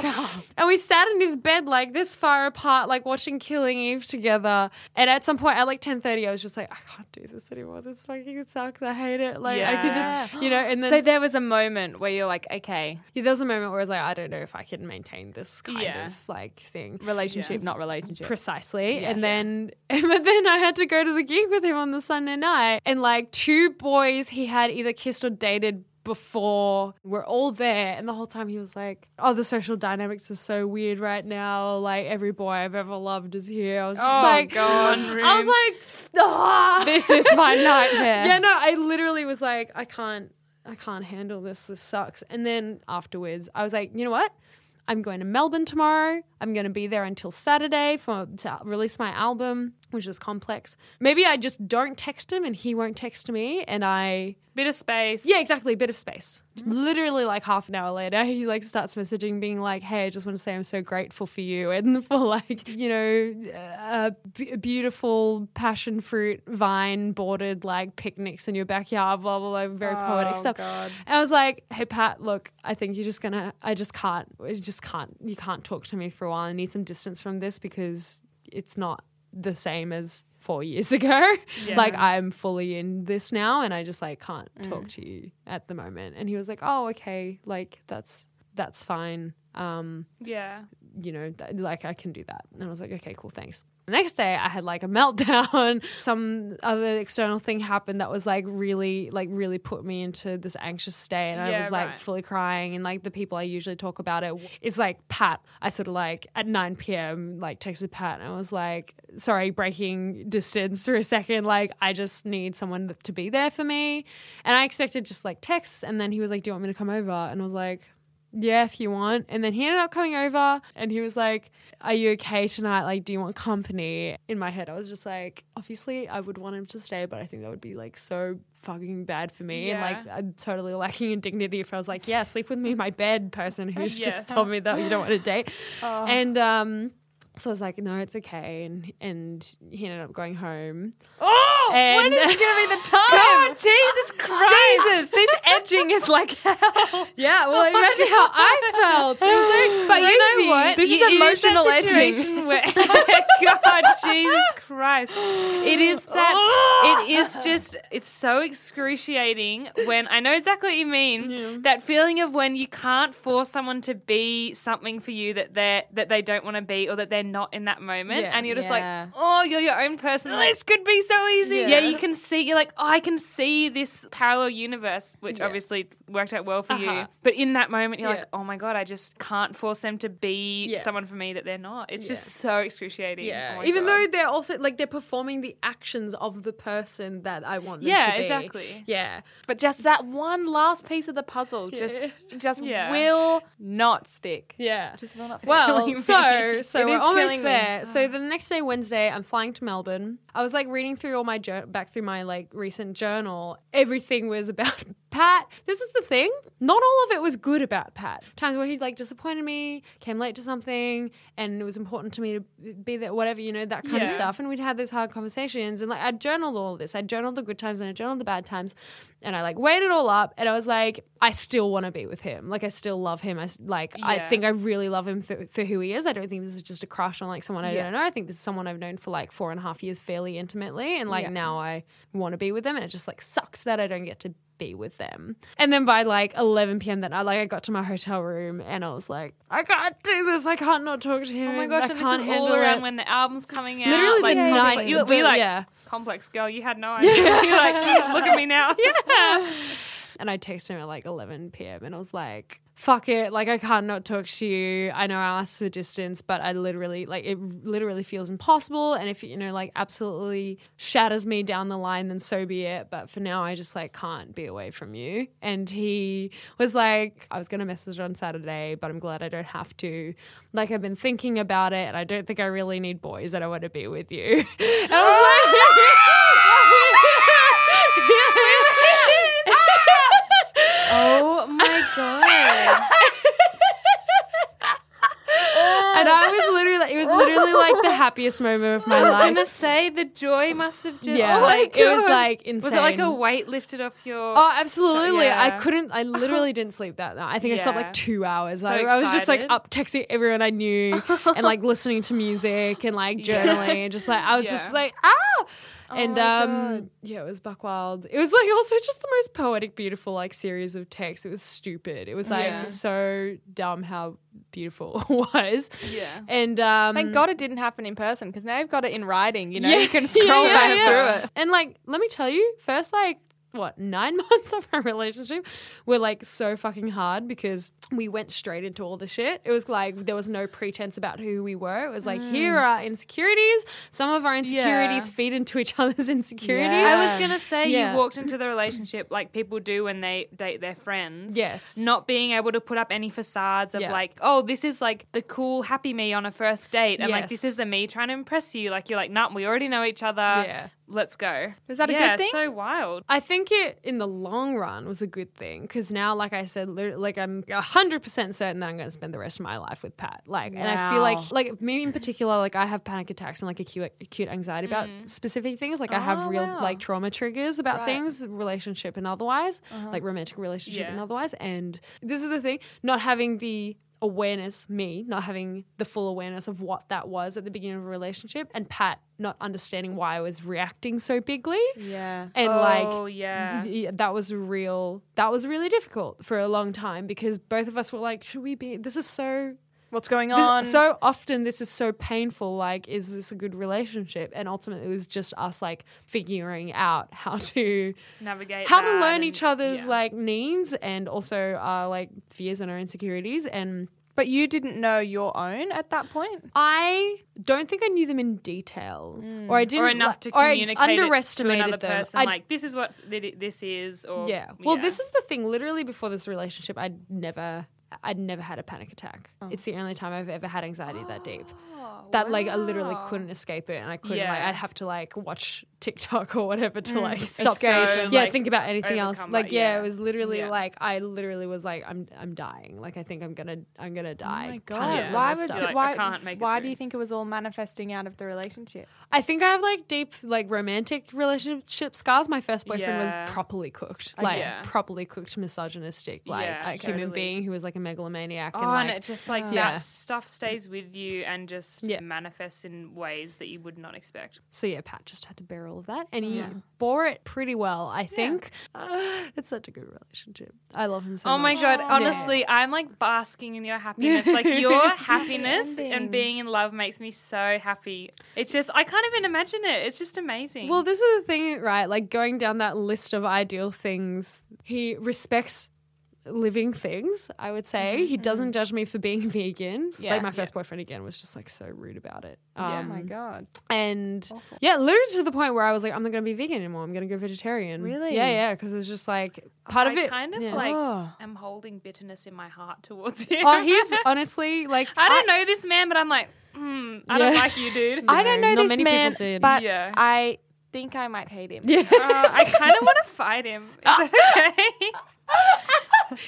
Speaker 2: and we sat in his bed like this far apart, like watching Killing Eve together. And at some point at like 10.30, I was just like, I can't do this anymore. This fucking sucks. I hate it. Like I could just, you know, and then
Speaker 3: So there was a moment where you're like, okay,
Speaker 2: yeah, there was a moment where I was like, I don't know if I can maintain this kind
Speaker 1: Yeah.
Speaker 2: of like thing.
Speaker 3: relationship, not relationship.
Speaker 2: Precisely. And then, but then I had to go to the gig with him on the Sunday night. And like two boys he had either kissed or dated before were all there. And the whole time he was like, Oh, the social dynamics are so weird right now. Like every boy I've ever loved is here. I was
Speaker 4: Oh,
Speaker 2: just like, I was like, "Ah."
Speaker 3: this is my nightmare.
Speaker 2: yeah, no, I literally was like, I can't, I can't handle this. This sucks. And then afterwards, I was like, you know what? I'm going to Melbourne tomorrow. I'm going to be there until Saturday for to release my album, which is complex. Maybe I just don't text him and he won't text me, and I
Speaker 1: bit of space.
Speaker 2: yeah, exactly. A bit of space. Literally, like half an hour later, he like starts messaging, being like, "Hey, I just want to say I'm so grateful for you and for like you know, uh, a b- beautiful passion fruit vine bordered like picnics in your backyard, blah blah blah, very poetic stuff." And I was like, "Hey Pat, look, I think you're just gonna. I just can't. I just can't. You can't talk to me for a while. I need some distance from this because it's not the same as." four years ago like i'm fully in this now and i just like can't talk to you at the moment and he was like oh okay like that's that's fine um
Speaker 1: Yeah.
Speaker 2: you know th- like i can do that and i was like okay cool thanks the next day i had like a meltdown some other external thing happened that was like really like really put me into this anxious state and i
Speaker 1: Yeah,
Speaker 2: was like
Speaker 1: right.
Speaker 2: fully crying and like the people i usually talk about it is like pat i sort of like at 9 p.m like texted pat and i was like sorry breaking distance for a second like i just need someone to be there for me and i expected just like texts and then he was like do you want me to come over and i was like yeah, if you want. And then he ended up coming over and he was like, Are you okay tonight? Like, do you want company? In my head, I was just like, Obviously, I would want him to stay, but I think that would be like so fucking bad for me. And like, I'm totally lacking in dignity if I was like, Yeah, sleep with me in my bed, person who's
Speaker 1: Yes.
Speaker 2: just told me that you don't want to date. And, um, so I was like, no, it's okay, and and he ended up going home.
Speaker 3: Oh,
Speaker 2: And-
Speaker 3: when is going to be the time? God, Oh, Jesus Christ! Jesus, this edging is like hell.
Speaker 2: Yeah, well, imagine how I felt. It was like,
Speaker 1: But you know what?
Speaker 3: This
Speaker 1: You-
Speaker 3: is
Speaker 1: it
Speaker 3: emotional
Speaker 1: that
Speaker 3: edging.
Speaker 1: situation Where,
Speaker 4: Oh,
Speaker 1: God, Jesus Christ! It is that. it is just. It's so excruciating when I know exactly what you mean. That feeling of when you can't force someone to be something for you that they are that they don't want to be or that they're not in that moment,
Speaker 2: Yeah.
Speaker 1: and you're just
Speaker 2: Yeah.
Speaker 1: like, oh, you're your own person. This could be so easy. Yeah.
Speaker 2: Yeah.
Speaker 1: you can see. You're like, oh, I can see this parallel universe, which obviously worked out well for you.
Speaker 2: Uh-huh.
Speaker 1: But in that moment, you're
Speaker 2: Yeah.
Speaker 1: like, oh my god, I just can't force them to be
Speaker 2: Yeah.
Speaker 1: someone for me that they're not. It's just
Speaker 2: Yeah.
Speaker 1: so excruciating. Oh
Speaker 2: Yeah.
Speaker 1: my
Speaker 2: Even
Speaker 1: God.
Speaker 2: though they're also like they're performing the actions of the person that I want them
Speaker 1: Yeah,
Speaker 2: to be.
Speaker 1: exactly.
Speaker 2: Yeah.
Speaker 3: But just that one last piece of the puzzle just just
Speaker 1: Yeah.
Speaker 3: will not stick.
Speaker 2: Yeah.
Speaker 3: Just will not.
Speaker 2: Well,
Speaker 3: Killing me.
Speaker 2: so
Speaker 3: It
Speaker 2: so we're
Speaker 3: is
Speaker 2: almost
Speaker 3: killing me. Ah.
Speaker 2: there. So the next day, Wednesday, I'm flying to Melbourne. I was like reading through all my jour- back through my like recent journal. Everything was about Pat. This is the thing. Not all of it was good about Pat. Times where he like disappointed me, came late to something, and it was important to me to be there. Whatever you know, that kind of
Speaker 1: Yeah.
Speaker 2: stuff. And we'd had those hard conversations. And like I journaled all this. I journaled the good times and I journaled the bad times, and I like weighed it all up. And I was like, I still want to be with him. Like I still love him. I s- like I
Speaker 1: Yeah.
Speaker 2: think I really love him th- for who he is. I don't think this is just a crush on like someone I don't know. I think this is someone I've known for like four and a half years fairly intimately, and like now I want to be with them, and it just like sucks that I don't get to be with them. And then by like 11 p.m. that night, like I got to my hotel room and I was like, I can't do this. I can't not talk to him.
Speaker 1: Oh my gosh,
Speaker 2: I
Speaker 1: and
Speaker 2: can't
Speaker 1: this is all
Speaker 2: handle
Speaker 1: around
Speaker 2: it.
Speaker 1: when the album's coming out.
Speaker 2: Literally
Speaker 1: like,
Speaker 2: the
Speaker 1: complex-
Speaker 2: night.
Speaker 1: You, we
Speaker 2: the-
Speaker 1: like
Speaker 2: yeah.
Speaker 1: complex girl. You had no idea. You're like, look at me now.
Speaker 2: Yeah. And I texted him at like 11 p.m. and I was like, fuck it. Like, I can't not talk to you. I know I asked for distance, but I literally, like, it literally feels impossible. And if, you know, like, absolutely shatters me down the line, then so be it. But for now, I just, like, can't be away from you. And he was like, I was going to message on Saturday, but I'm glad I don't have to. Like, I've been thinking about it and I don't think I really need boys. I don't want to be with you. and I was like,
Speaker 4: Oh my god.
Speaker 2: and I was literally, like- it was literally like the happiest moment of my
Speaker 4: I was
Speaker 2: life.
Speaker 4: gonna say the joy must have just
Speaker 2: yeah,
Speaker 4: like,
Speaker 2: it was like insane.
Speaker 4: was it like a weight lifted off your
Speaker 2: Oh, absolutely! I
Speaker 4: yeah.
Speaker 2: couldn't. I literally didn't sleep that night. I think I slept
Speaker 4: Yeah.
Speaker 2: like two hours. Like, I was just like
Speaker 4: excited.
Speaker 2: up texting everyone I knew and like listening to music and like journaling and just like I was just
Speaker 4: Yeah. Oh
Speaker 2: like ah. And
Speaker 4: my
Speaker 2: um, yeah, it was buck wild. It was like also just the most poetic, beautiful like series of texts. It was stupid. It was like
Speaker 4: Yeah.
Speaker 2: so dumb how beautiful it was.
Speaker 4: yeah.
Speaker 2: And um,
Speaker 3: Thank God it didn't happen in person because now you've got it in writing. You know,
Speaker 2: Yeah,
Speaker 3: you can scroll
Speaker 2: yeah,
Speaker 3: back
Speaker 2: yeah.
Speaker 3: through it.
Speaker 2: And like, let me tell you, first like what nine months of our relationship were like so fucking hard because we went straight into all the shit. It was like there was no pretense about who we were. It was like here are our insecurities. Some of our insecurities feed into each other's insecurities.
Speaker 4: I was gonna say
Speaker 2: Yeah.
Speaker 4: you walked into the relationship like people do when they date their friends.
Speaker 2: Yes.
Speaker 4: Not being able to put up any facades of
Speaker 2: Yeah.
Speaker 4: like, oh, this is like the cool happy me on a first date, and like this
Speaker 2: Yes.
Speaker 4: is the me trying to impress you. Like you're like, nah, we already know each other.
Speaker 2: Yeah.
Speaker 4: Let's go. Is
Speaker 3: that a good
Speaker 4: yeah,
Speaker 3: thing?
Speaker 4: So wild.
Speaker 2: I think it in the long run was a good thing because now, like I said, lit- like I'm hundred percent certain that I'm going to spend the rest of my life with Pat. Like, and I feel like, like me in particular, like I have panic attacks and like acute, acute anxiety about
Speaker 4: Mm.
Speaker 2: specific things. Like I
Speaker 4: Oh,
Speaker 2: have real like trauma triggers about things, relationship and otherwise, like romantic relationship and
Speaker 4: Uh-huh. Yeah.
Speaker 2: otherwise. And this is the thing: not having the awareness, me not having the full awareness of what that was at the beginning of a relationship, and Pat not understanding why I was reacting so bigly.
Speaker 3: Yeah.
Speaker 2: And like
Speaker 4: oh yeah.
Speaker 2: yeah, that was a real that was really difficult for a long time because both of us were like should we be this is so
Speaker 3: What's going
Speaker 2: this-
Speaker 3: on?
Speaker 2: so often this is so painful like is this a good relationship and ultimately it was just us like figuring out how to
Speaker 4: Navigate
Speaker 2: how to
Speaker 4: that
Speaker 2: learn
Speaker 4: and-
Speaker 2: each other's
Speaker 4: yeah.
Speaker 2: like needs and also our like fears and our insecurities and
Speaker 3: but you didn't know your own at that point.
Speaker 2: I don't think I knew them in detail, or I didn't,
Speaker 4: Hmm. or enough to
Speaker 2: or I
Speaker 4: communicate it
Speaker 2: underestimated
Speaker 4: to another
Speaker 2: them.
Speaker 4: person.
Speaker 2: I
Speaker 4: like this is what th- this is, or
Speaker 2: Yeah. Well, this is the thing. Literally, before this relationship, I'd never, I'd never had a panic attack.
Speaker 4: Oh.
Speaker 2: It's the only time I've ever had anxiety that deep. That like I literally couldn't escape it, and I couldn't. Like
Speaker 4: Yeah.
Speaker 2: I'd have to like watch TikTok or whatever to like stop.
Speaker 4: escape and,
Speaker 2: yeah,
Speaker 4: like,
Speaker 2: think about anything else.
Speaker 4: overcome
Speaker 2: Like
Speaker 4: that,
Speaker 2: yeah,
Speaker 4: yeah.
Speaker 2: it was literally
Speaker 4: Yeah.
Speaker 2: like I literally was like I'm I'm dying. Like I think I'm gonna I'm gonna
Speaker 4: Oh
Speaker 2: die. kind
Speaker 3: Oh God,
Speaker 2: of
Speaker 4: Yeah.
Speaker 3: why
Speaker 2: stuff.
Speaker 3: would
Speaker 4: You're like, I
Speaker 3: why
Speaker 4: can't make it
Speaker 3: why do
Speaker 4: through.
Speaker 3: you think it was all manifesting out of the relationship?
Speaker 2: I think I have like deep like romantic relationship scars. My first boyfriend
Speaker 4: Yeah. Uh,
Speaker 2: was properly cooked, like
Speaker 4: yeah.
Speaker 2: properly cooked, misogynistic, like
Speaker 4: Yeah,
Speaker 2: a human
Speaker 4: totally.
Speaker 2: being who was like a megalomaniac.
Speaker 4: Oh,
Speaker 2: and, like,
Speaker 4: and it just like
Speaker 2: Yeah.
Speaker 4: that stuff stays with you and just
Speaker 2: Yeah.
Speaker 4: manifests in ways that you would not expect.
Speaker 2: so yeah, Pat just had to bear all of that, and he bore it pretty well. I think it's such a good relationship. I love him so.
Speaker 4: Oh my
Speaker 2: much.
Speaker 4: god, honestly, I'm like basking in your happiness. Like your happiness and being in love makes me so happy. It's just I can't even imagine it. It's just amazing.
Speaker 2: Well, this is the thing, right? Like going down that list of ideal things, he respects living things, I would say.
Speaker 4: Mm-hmm,
Speaker 2: He doesn't judge me for being vegan.
Speaker 3: Yeah.
Speaker 2: Like my first boyfriend again was just like so rude about it.
Speaker 3: oh
Speaker 2: Um,
Speaker 3: my god.
Speaker 2: And yeah, literally to the point where I was like, I'm not going to be vegan anymore. I'm going to go vegetarian.
Speaker 3: Really?
Speaker 2: Yeah, yeah. Because it was just like part of
Speaker 4: I
Speaker 2: it.
Speaker 4: kind of
Speaker 2: yeah.
Speaker 4: like
Speaker 3: Oh.
Speaker 4: am holding bitterness in my heart towards him.
Speaker 2: Oh, he's honestly like.
Speaker 4: I Uh, don't know this man, but I'm like, mm, I don't
Speaker 2: Yeah.
Speaker 4: like you, dude.
Speaker 2: I
Speaker 3: I don't know
Speaker 2: not
Speaker 3: this
Speaker 2: many people
Speaker 3: man,
Speaker 2: did.
Speaker 3: but
Speaker 4: Yeah.
Speaker 3: I think I might hate him.
Speaker 4: Uh, I kind of want to fight him. Is that okay?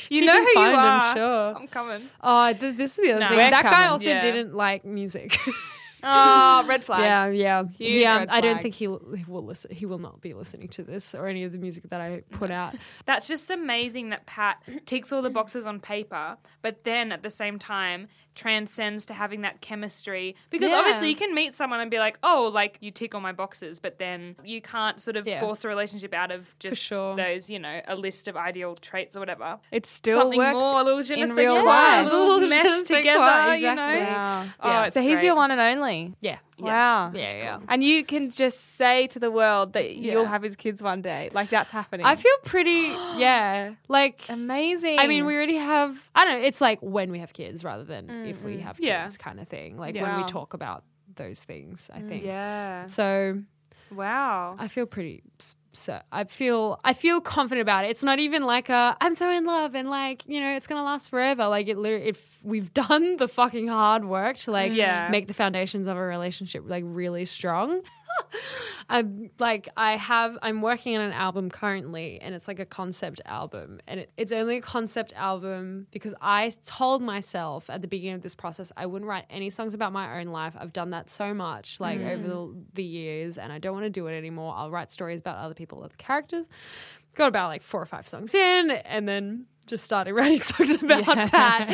Speaker 4: you know
Speaker 2: can
Speaker 4: who
Speaker 2: find
Speaker 4: you
Speaker 2: him,
Speaker 4: are.
Speaker 2: sure.
Speaker 4: I'm coming.
Speaker 2: Oh, th- this is the other
Speaker 4: No.
Speaker 2: thing.
Speaker 4: We're
Speaker 2: That guy
Speaker 3: coming.
Speaker 2: also
Speaker 4: Yeah.
Speaker 2: didn't like music.
Speaker 3: Oh, red flag.
Speaker 2: Yeah, yeah,
Speaker 3: Huge
Speaker 2: yeah.
Speaker 3: red
Speaker 2: I don't
Speaker 3: flag.
Speaker 2: think he will, he will listen. He will not be listening to this or any of the music that I put out.
Speaker 4: That's just amazing that Pat ticks all the boxes on paper, but then at the same time transcends to having that chemistry. Because
Speaker 2: Yeah.
Speaker 4: obviously you can meet someone and be like, oh, like you tick all my boxes, but then you can't sort of
Speaker 2: Yeah.
Speaker 4: force a relationship out of just
Speaker 2: sure.
Speaker 4: those, you know, a list of ideal traits or whatever.
Speaker 3: It still
Speaker 4: Something
Speaker 3: works
Speaker 4: more, a little je ne
Speaker 3: in
Speaker 4: sais
Speaker 3: real
Speaker 4: quoi,
Speaker 3: life.
Speaker 4: a little
Speaker 2: Je ne
Speaker 4: meshed
Speaker 2: sais
Speaker 4: together,
Speaker 2: quoi,
Speaker 4: you know?
Speaker 2: exactly.
Speaker 3: Wow.
Speaker 4: Oh,
Speaker 2: Yeah.
Speaker 4: it's
Speaker 3: so he's
Speaker 4: great.
Speaker 3: your one and only. family.
Speaker 2: Yeah.
Speaker 3: Wow.
Speaker 2: Yeah, yeah.
Speaker 3: And you can just say to the world that you'll
Speaker 2: Yeah.
Speaker 3: have his kids one day. Like that's happening.
Speaker 2: I feel pretty, yeah. Like,
Speaker 3: amazing.
Speaker 2: I mean, we already have, I don't know, it's like when we have kids rather than if we have kids
Speaker 4: Yeah.
Speaker 2: kind of thing. Like
Speaker 3: Yeah.
Speaker 2: when we
Speaker 3: Wow.
Speaker 2: talk about those things, I think.
Speaker 3: Yeah.
Speaker 2: So
Speaker 3: Wow.
Speaker 2: I feel pretty. s- So I feel I feel confident about it. It's not even like a I'm so in love and like you know it's gonna last forever. Like it literally, it, f- we've done the fucking hard work to like
Speaker 4: Yeah.
Speaker 2: make the foundations of a relationship like really strong. I'm like I have I'm working on an album currently and it's like a concept album and it, it's only a concept album because I told myself at the beginning of this process I wouldn't write any songs about my own life. I've done that so much like
Speaker 4: Mm.
Speaker 2: over the, the years and I don't want to do it anymore. I'll write stories about other people, other characters. Got about like four or five songs in and then just started writing songs about Pat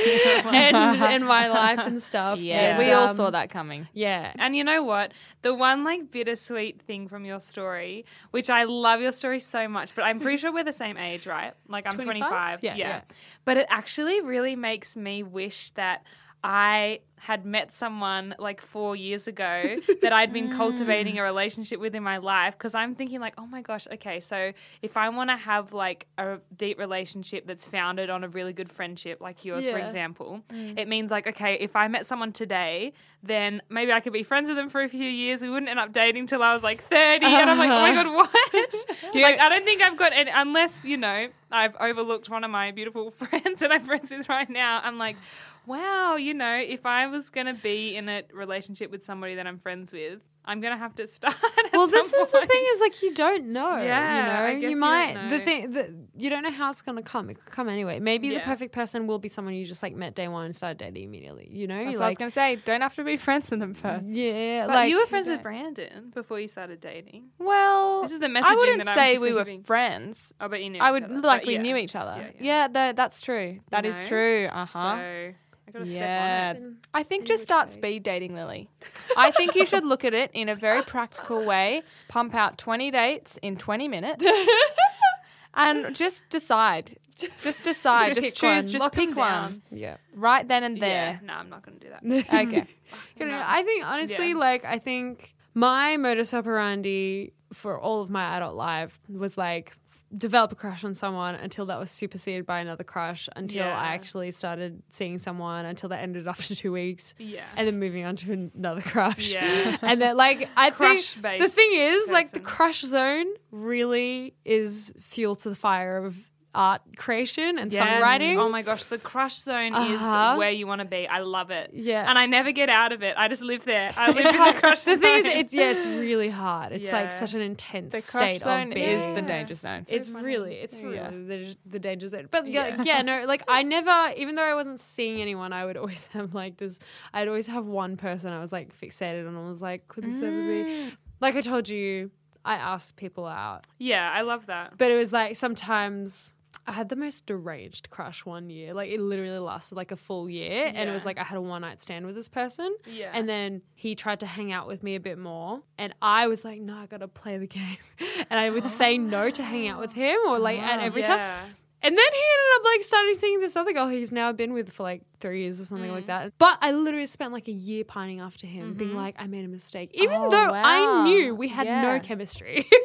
Speaker 2: and, and my life and stuff.
Speaker 4: Yeah.
Speaker 2: And,
Speaker 4: We
Speaker 2: um,
Speaker 3: that coming.
Speaker 2: Yeah.
Speaker 4: And you know what? The one like bittersweet thing from your story, which I love your story so much, but I'm pretty sure we're the same age, right? Like I'm 25.
Speaker 2: 25? Yeah, yeah.
Speaker 4: But it actually really makes me wish that I had met someone like four years ago that I'd been
Speaker 2: Mm.
Speaker 4: cultivating a relationship with in my life because I'm thinking, like, oh my gosh, okay, so if I want to have like a deep relationship that's founded on a really good friendship, like yours, for
Speaker 2: Yeah.
Speaker 4: example example,
Speaker 3: Mm.
Speaker 4: it means like, okay, if I met someone today, then maybe I could be friends with them for a few years. We wouldn't end up dating till I was like 30. And I'm like, oh my God,
Speaker 3: Uh-huh.
Speaker 4: what? like, I don't think I've got any, unless, you know, I've overlooked one of my beautiful friends that I'm friends with right now. I'm like, wow, you know, if I was going to be in a relationship with somebody that I'm friends with, I'm going to have to start. at
Speaker 2: well
Speaker 4: some
Speaker 2: this is the
Speaker 4: point.
Speaker 2: thing is like you don't know
Speaker 4: Yeah, I
Speaker 2: you know
Speaker 4: guess you
Speaker 2: you
Speaker 4: don't
Speaker 2: might the
Speaker 4: know.
Speaker 2: thing the, you don't know how it's going to come it could come anyway maybe the
Speaker 4: Yeah.
Speaker 2: perfect person will be someone you just like met day one and started dating immediately you know
Speaker 3: That's
Speaker 2: you
Speaker 3: what I was
Speaker 2: like
Speaker 3: gonna say. Don't have to be friends with them first.
Speaker 2: yeah
Speaker 4: But
Speaker 2: like
Speaker 4: you were friends with Brandon before you started dating.
Speaker 3: Well,
Speaker 4: This is the
Speaker 3: I
Speaker 4: messaging
Speaker 3: wouldn't
Speaker 4: that I'm
Speaker 3: say we were
Speaker 4: receiving.
Speaker 3: friends.
Speaker 4: Oh, but you knew.
Speaker 3: I
Speaker 4: each
Speaker 3: would
Speaker 4: other.
Speaker 3: like
Speaker 4: But
Speaker 3: we
Speaker 4: yeah.
Speaker 3: kneher each other.
Speaker 4: Yeah,
Speaker 3: Yeah,
Speaker 4: yeah.
Speaker 3: tha- that's true. That
Speaker 4: You
Speaker 3: is
Speaker 4: know?
Speaker 3: true. Uh huh.
Speaker 4: So I gotta
Speaker 3: Yeah.
Speaker 4: step on it.
Speaker 3: I think just
Speaker 2: which
Speaker 3: start
Speaker 2: way?
Speaker 3: speed dating, Lily. I think you should look at it in a very practical way. Pump out 20 dates in 20 minutes and just decide. Just decide.
Speaker 2: just
Speaker 3: Just,
Speaker 2: pick
Speaker 3: choose.
Speaker 2: one.
Speaker 3: Just
Speaker 2: Lock 'em
Speaker 3: pick
Speaker 4: down.
Speaker 3: one.
Speaker 2: yeah
Speaker 3: Right then and
Speaker 4: Yeah.
Speaker 3: there.
Speaker 4: No, I'm not gonna do
Speaker 2: Mm,
Speaker 4: that.
Speaker 3: Okay.
Speaker 2: You know,
Speaker 4: No.
Speaker 2: I think honestly,
Speaker 4: Yeah.
Speaker 2: like I think my modus operandi for all of my adult life was like develop a crush on someone until that was superseded by another crush until
Speaker 4: Yeah.
Speaker 2: I actually started seeing someone until that ended after two weeks.
Speaker 4: Yeah.
Speaker 2: And then moving on to another crush.
Speaker 4: Yeah.
Speaker 2: And then like I think the
Speaker 4: Crush-based
Speaker 2: thing is, like the
Speaker 4: person.
Speaker 2: crush zone really is fuel to the fire of art creation and songwriting.
Speaker 4: Oh my gosh, the crush zone
Speaker 2: Uh-huh.
Speaker 4: is where you want to be. I love it.
Speaker 2: Yeah.
Speaker 4: And I never get out of it. I just live there. I live in
Speaker 2: hard.
Speaker 4: the crush
Speaker 2: the
Speaker 4: zone.
Speaker 2: thing is, it's yeah, it's really hard. It's
Speaker 4: Yeah.
Speaker 2: like such an intense
Speaker 3: The crush
Speaker 2: state
Speaker 3: zone
Speaker 2: of being.
Speaker 3: is the danger zone.
Speaker 2: it's really, it's really
Speaker 3: Yeah.
Speaker 2: the, the danger zone. But yeah. yeah, no, like I never, even though I wasn't seeing anyone, I would always have like this. I'd always have one person I was like fixated on. I was like, could this ever
Speaker 3: Mm.
Speaker 2: be? Like I told you, I asked people out,
Speaker 4: yeah, I love that.
Speaker 2: but it was like sometimes. I had the most deranged crush one year. Like it literally lasted like a full year, and it was
Speaker 4: Yeah.
Speaker 2: like I had a one night stand with this person,
Speaker 4: Yeah.
Speaker 2: and then he tried to hang out with me a bit more. And I was like, no, I got to play the game. And I would say no to hang out with him or like at every time.
Speaker 4: Yeah.
Speaker 2: And then he ended up like starting seeing this other girl he's now been with for like three years or something like that. But I literally spent like a year pining after him, being like, I made a mistake. Even
Speaker 3: Oh,
Speaker 2: though
Speaker 3: wow.
Speaker 2: I knew we had
Speaker 3: Yeah.
Speaker 2: no chemistry.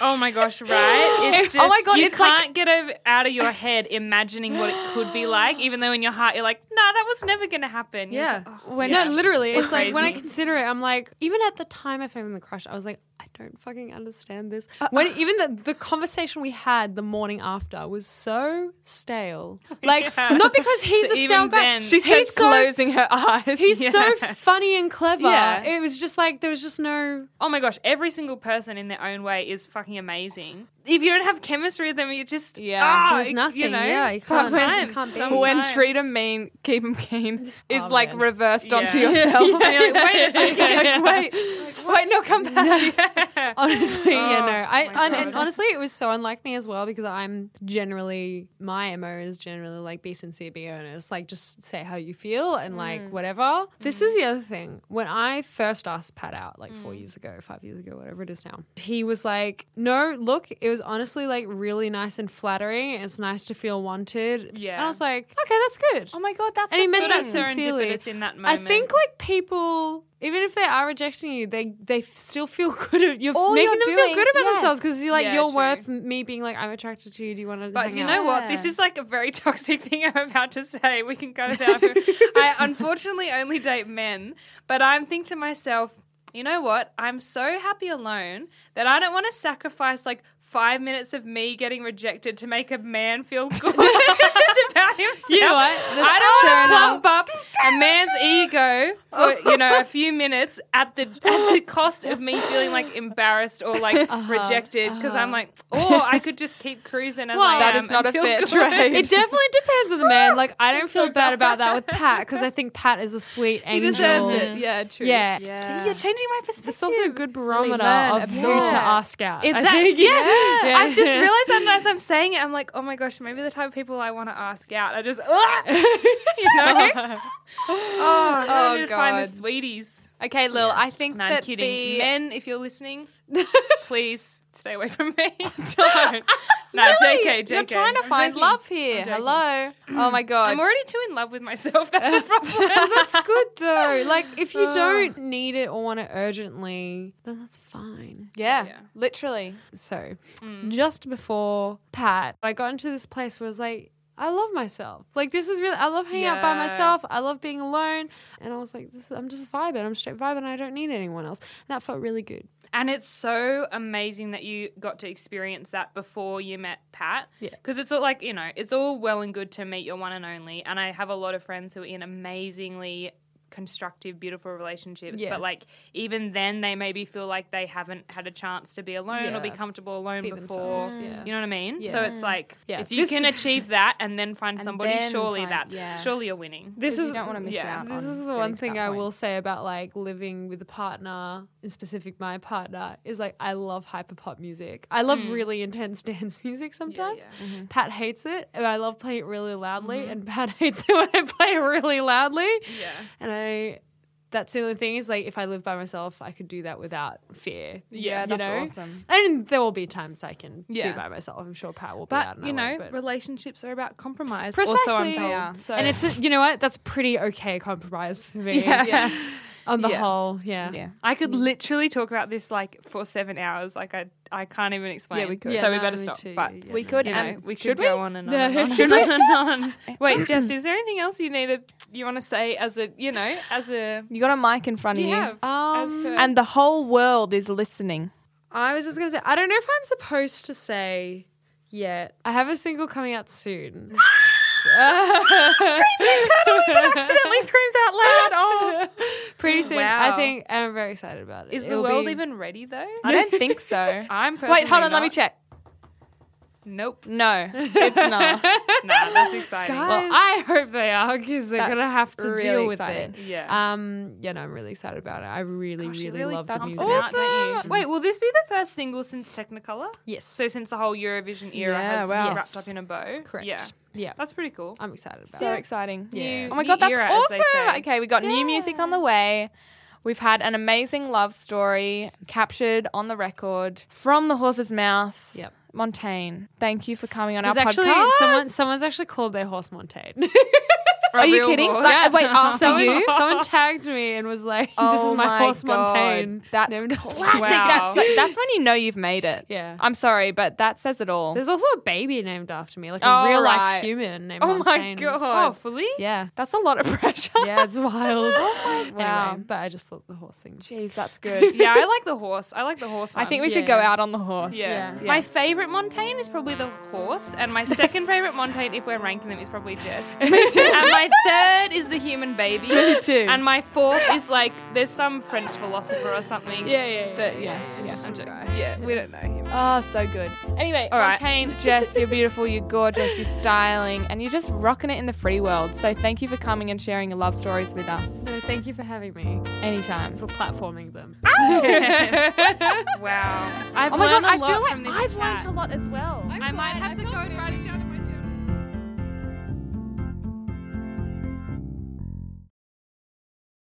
Speaker 4: Oh my gosh, right? It's just,
Speaker 2: Oh my God,
Speaker 4: you
Speaker 2: it's like-
Speaker 4: can't get over, out of your head imagining what it could be like, even though in your heart you're like, no, that was never going to happen. You're just like, oh,
Speaker 2: when,
Speaker 4: yeah.
Speaker 2: No, literally. It's like when I
Speaker 4: Crazy.
Speaker 2: consider it, I'm like, even at the time I found the crush, I was like, I don't fucking understand this.
Speaker 4: Uh,
Speaker 2: when even the, the conversation we had the morning after was so stale. Like
Speaker 4: Yeah.
Speaker 2: not because he's
Speaker 4: So
Speaker 2: a stale
Speaker 4: even
Speaker 2: guy.
Speaker 4: then-
Speaker 3: She
Speaker 2: he's
Speaker 3: says
Speaker 2: so
Speaker 3: closing her eyes.
Speaker 2: he's so funny and clever.
Speaker 4: Yeah.
Speaker 2: It was just like there was just no
Speaker 4: oh my gosh, every single person in their own way is fucking amazing. If you don't have chemistry with them, you just
Speaker 3: Yeah.
Speaker 4: ah,
Speaker 2: There's
Speaker 4: you
Speaker 2: nothing,
Speaker 4: know,
Speaker 2: yeah, you can't-
Speaker 4: sometimes,
Speaker 2: you just can't be.
Speaker 4: sometimes.
Speaker 3: when treat 'em mean, keep 'em keen is
Speaker 2: Oh,
Speaker 3: like
Speaker 2: man.
Speaker 3: reversed onto
Speaker 4: Yeah.
Speaker 3: yourself. You're like,
Speaker 4: Wait a second.
Speaker 3: wait, wait, no, come back.
Speaker 2: honestly, yeah,
Speaker 4: Oh,
Speaker 2: no. I
Speaker 4: my
Speaker 2: and- and
Speaker 4: God.
Speaker 2: honestly, it was so unlike me as well because I'm generally my mo is generally like be sincere, be honest, like just say how you feel
Speaker 4: Mm.
Speaker 2: and like whatever. This is the other
Speaker 4: Mm.
Speaker 2: thing. When I first asked Pat out, like four years ago, five years ago, whatever it is now, he was like, like, no, look, it was honestly like really nice and flattering. It's nice to feel wanted.
Speaker 4: Yeah.
Speaker 2: And I was like, okay, that's good.
Speaker 4: Oh my god, that's
Speaker 2: And he
Speaker 4: the
Speaker 2: meant
Speaker 4: thing.
Speaker 2: that sincerely.
Speaker 4: serendipitous in that
Speaker 2: I
Speaker 4: moment.
Speaker 2: think like people, even if they are rejecting you, they they f- still feel good. You're
Speaker 3: All
Speaker 2: making
Speaker 3: you're
Speaker 2: them
Speaker 3: doing-
Speaker 2: feel good about
Speaker 3: yes.
Speaker 2: themselves because you're like
Speaker 4: Yeah,
Speaker 2: you're
Speaker 4: true.
Speaker 2: worth me being like I'm attracted to you. Do you want to?
Speaker 4: But
Speaker 2: hang
Speaker 4: do you
Speaker 2: out?
Speaker 4: know what?
Speaker 3: Yeah.
Speaker 4: This is like a very toxic thing I'm about to say. We can go down. I unfortunately only date men, but I'm thinking to myself, you know what? I'm so happy alone that I don't want to sacrifice like five minutes of me getting rejected to make a man feel good about himself.
Speaker 2: You know what? That's fair
Speaker 4: I don't
Speaker 2: enough.
Speaker 4: want to pump up a man's ego for you know a few minutes at the at the cost of me feeling like embarrassed or like
Speaker 2: Uh-huh,
Speaker 4: rejected because I'm like, oh, I could just keep cruising as I
Speaker 2: Well, that
Speaker 4: am
Speaker 2: is
Speaker 4: and
Speaker 3: not a
Speaker 4: feel
Speaker 3: fair
Speaker 4: good.
Speaker 3: trade.
Speaker 2: It definitely depends on the man. Like I don't feel bad about that with Pat because I think Pat is a sweet
Speaker 4: He
Speaker 2: angel.
Speaker 4: deserves it. Yeah, true.
Speaker 2: Yeah.
Speaker 4: See, you're changing my perspective.
Speaker 2: It's also a good barometer
Speaker 3: learn
Speaker 2: of who to
Speaker 3: about- Yeah.
Speaker 2: ask out.
Speaker 4: It's
Speaker 2: I
Speaker 4: that,
Speaker 2: think.
Speaker 4: yes.
Speaker 2: Yeah.
Speaker 4: I've just realized that and as I'm saying it, I'm like, oh my gosh, maybe the type of people I want to ask out. I just, ugh, you know? oh, I need to find the
Speaker 3: God.
Speaker 4: sweeties.
Speaker 3: Okay, Lil, I think
Speaker 4: No, I'm
Speaker 3: that
Speaker 4: kidding.
Speaker 3: the
Speaker 4: Men, if you're listening, please stay away from me. Don't. No, JK, JK.
Speaker 3: You're trying to
Speaker 4: I'm
Speaker 3: find
Speaker 4: joking.
Speaker 3: love here.
Speaker 4: I'm joking.
Speaker 3: Hello. Oh my god.
Speaker 4: I'm already too in love with myself. That's the problem.
Speaker 2: Well, that's good though. Like if you don't need it or want it urgently, then that's fine.
Speaker 3: yeah,
Speaker 4: Yeah.
Speaker 3: literally.
Speaker 2: So just before Pat, I got into this place where I was like, I love myself. Like this is really I love hanging out by
Speaker 4: Yeah.
Speaker 2: myself. I love being alone. And I was like, this is, I'm just vibing. I'm straight vibing. I don't need anyone else. And that felt really good.
Speaker 4: And it's so amazing that you got to experience that before you met Pat.
Speaker 2: Yeah.
Speaker 4: Because it's all like, you know, it's all well and good to meet your one and only. And I have a lot of friends who are in amazingly constructive, beautiful relationships.
Speaker 2: Yeah.
Speaker 4: But like, even then, they maybe feel like they haven't had a chance to be alone or be
Speaker 2: Yeah.
Speaker 4: comfortable alone
Speaker 2: Be
Speaker 4: before.
Speaker 2: themselves, yeah.
Speaker 4: You know what I mean?
Speaker 2: Yeah.
Speaker 4: So it's like,
Speaker 2: Yeah.
Speaker 4: if you
Speaker 2: This-
Speaker 4: can achieve that and then find somebody,
Speaker 3: then
Speaker 4: surely
Speaker 3: find-
Speaker 4: that's,
Speaker 3: yeah.
Speaker 4: surely you're winning.
Speaker 2: This
Speaker 3: you don't wanna miss out
Speaker 2: This
Speaker 3: on
Speaker 2: is the
Speaker 3: getting
Speaker 2: one
Speaker 3: to
Speaker 2: thing
Speaker 3: that
Speaker 2: I
Speaker 3: point.
Speaker 2: will say about like living with a partner, in specific my partner, is like I love hyper pop music. I
Speaker 3: Mm.
Speaker 2: love really intense dance music sometimes.
Speaker 3: Mm-hmm.
Speaker 2: Pat hates it, and I love playing it really loudly, and Pat hates it when I play it really loudly.
Speaker 4: Yeah.
Speaker 2: And I, that's the only thing is like if I live by myself, I could do that without fear.
Speaker 4: Yes.
Speaker 2: you
Speaker 4: That's
Speaker 2: know.
Speaker 3: awesome.
Speaker 2: And there will be times I can
Speaker 4: Yeah.
Speaker 2: do by myself. I'm sure Pat will be out.
Speaker 4: But,
Speaker 2: and
Speaker 4: you
Speaker 2: I
Speaker 4: know,
Speaker 2: won't, but-
Speaker 4: relationships are about compromise. Also, I'm
Speaker 2: Precisely.
Speaker 4: told.
Speaker 2: They
Speaker 3: are.
Speaker 4: So.
Speaker 2: and it's a, you know what that's pretty okay compromise for me
Speaker 4: Yeah.
Speaker 2: on the
Speaker 4: Yeah.
Speaker 2: whole yeah
Speaker 3: Yeah.
Speaker 4: I could literally talk about this like for seven hours. Like I, I can't even explain.
Speaker 2: we could.
Speaker 4: so
Speaker 2: Yeah,
Speaker 4: we
Speaker 2: no,
Speaker 4: better
Speaker 2: me
Speaker 4: stop.
Speaker 2: too.
Speaker 4: But
Speaker 2: Yeah,
Speaker 4: we
Speaker 2: no,
Speaker 4: could.
Speaker 2: no.
Speaker 4: and we
Speaker 3: Should
Speaker 4: could go on and on.
Speaker 2: No.
Speaker 4: and on,
Speaker 2: Should
Speaker 4: and on and on. Wait, Jess, is there anything else you needed? You want to say as a, you know, as a.
Speaker 3: You got a mic in front
Speaker 4: You
Speaker 3: of you.
Speaker 4: have. as
Speaker 2: Um,
Speaker 4: per-
Speaker 3: And the whole world is listening.
Speaker 2: i was just gonna say i don't know if i'm supposed to say yet i have a single coming out soon
Speaker 3: accidentally screams out loud. Oh.
Speaker 2: pretty soon i
Speaker 4: Wow.
Speaker 2: think and i'm very excited about it
Speaker 4: is the
Speaker 2: It'll
Speaker 4: world
Speaker 2: be-
Speaker 4: even ready though?
Speaker 3: I don't think so.
Speaker 4: I'm personally
Speaker 3: Wait, hold on. Let me
Speaker 4: not.
Speaker 3: check.
Speaker 4: Nope.
Speaker 3: No, it's
Speaker 4: Nah,
Speaker 3: not.
Speaker 4: that's exciting.
Speaker 2: well, I hope they are because they're
Speaker 3: That's
Speaker 2: gonna have to
Speaker 3: really
Speaker 2: deal with
Speaker 3: exciting.
Speaker 2: it.
Speaker 4: yeah.
Speaker 2: Um, yeah, no, I'm really excited about it. I really,
Speaker 4: Gosh, you
Speaker 2: really, love the
Speaker 4: bumps
Speaker 2: music.
Speaker 4: it out, don't
Speaker 3: Um,
Speaker 4: you? Wait, will this be the first single since Technicolor?
Speaker 2: Yes,
Speaker 4: So since the whole Eurovision era
Speaker 3: Yeah,
Speaker 4: has
Speaker 3: wow.
Speaker 2: Yes.
Speaker 4: wrapped up in a bow?
Speaker 2: correct.
Speaker 4: Yeah.
Speaker 2: Yeah,
Speaker 4: That's pretty cool.
Speaker 2: I'm excited about
Speaker 3: so
Speaker 2: it.
Speaker 3: exciting.
Speaker 2: Yeah.
Speaker 3: Oh my
Speaker 4: New
Speaker 3: god, that's
Speaker 4: era, as they
Speaker 3: awesome.
Speaker 4: say.
Speaker 3: Okay, we got new music on the way. We've had an amazing love story captured on the record from the horse's mouth.
Speaker 2: Yep.
Speaker 3: Montaigne, thank you for coming on
Speaker 2: There's
Speaker 3: our
Speaker 2: actually
Speaker 3: podcast.
Speaker 2: someone. Someone's actually called their horse Montaigne.
Speaker 3: Are you kidding?
Speaker 4: horse.
Speaker 3: Like, Wait, after
Speaker 2: someone,
Speaker 3: you?
Speaker 2: someone tagged me and was like, "This
Speaker 3: Oh
Speaker 2: is my,
Speaker 3: my
Speaker 2: horse
Speaker 3: God.
Speaker 2: Montaigne."
Speaker 3: That's
Speaker 2: Never knew-
Speaker 3: Classic.
Speaker 4: Wow.
Speaker 3: That's, that's when you know you've made it.
Speaker 2: Yeah.
Speaker 3: I'm sorry, but that says it all.
Speaker 2: There's also a baby named after me, like a
Speaker 3: Oh,
Speaker 2: real
Speaker 3: right.
Speaker 2: life human named
Speaker 3: oh my
Speaker 2: Montaigne.
Speaker 4: Oh,
Speaker 3: god.
Speaker 4: fully?
Speaker 2: Yeah.
Speaker 3: that's a lot of pressure.
Speaker 2: Yeah, it's wild. oh my
Speaker 3: Wow.
Speaker 2: Anyway, but I just thought the horse thing.
Speaker 3: Jeez, that's good. Um,
Speaker 4: yeah, I like the horse. I like the horse.
Speaker 3: I
Speaker 4: one.
Speaker 3: think we should go
Speaker 2: Yeah.
Speaker 3: out on the horse.
Speaker 4: Yeah.
Speaker 2: Yeah.
Speaker 4: My favorite Montaigne is probably the horse, and my second favorite Montaigne, if we're ranking them, is probably Jess. Me too. And my third is the human baby. Me
Speaker 3: too.
Speaker 4: And my fourth is like there's some French philosopher or something.
Speaker 2: Yeah, yeah,
Speaker 4: That,
Speaker 2: yeah,
Speaker 4: yeah,
Speaker 2: yeah,
Speaker 4: just
Speaker 2: yeah.
Speaker 4: some guy. Yeah, we don't know him.
Speaker 3: Oh, so good. Anyway,
Speaker 4: All right.
Speaker 3: Montaigne, Jess, you're beautiful, you're gorgeous, you're styling, and you're just rocking it in the free world. So thank you for coming and sharing your love stories with us
Speaker 2: So thank you for having me
Speaker 3: anytime.
Speaker 2: for platforming them.
Speaker 4: Yes. wow. I've
Speaker 3: Oh my
Speaker 4: learned
Speaker 3: god,
Speaker 4: a
Speaker 3: I
Speaker 4: lot
Speaker 3: feel like
Speaker 4: from this
Speaker 3: I've
Speaker 4: chat.
Speaker 3: learned a lot as well.
Speaker 4: I might have to go writing down.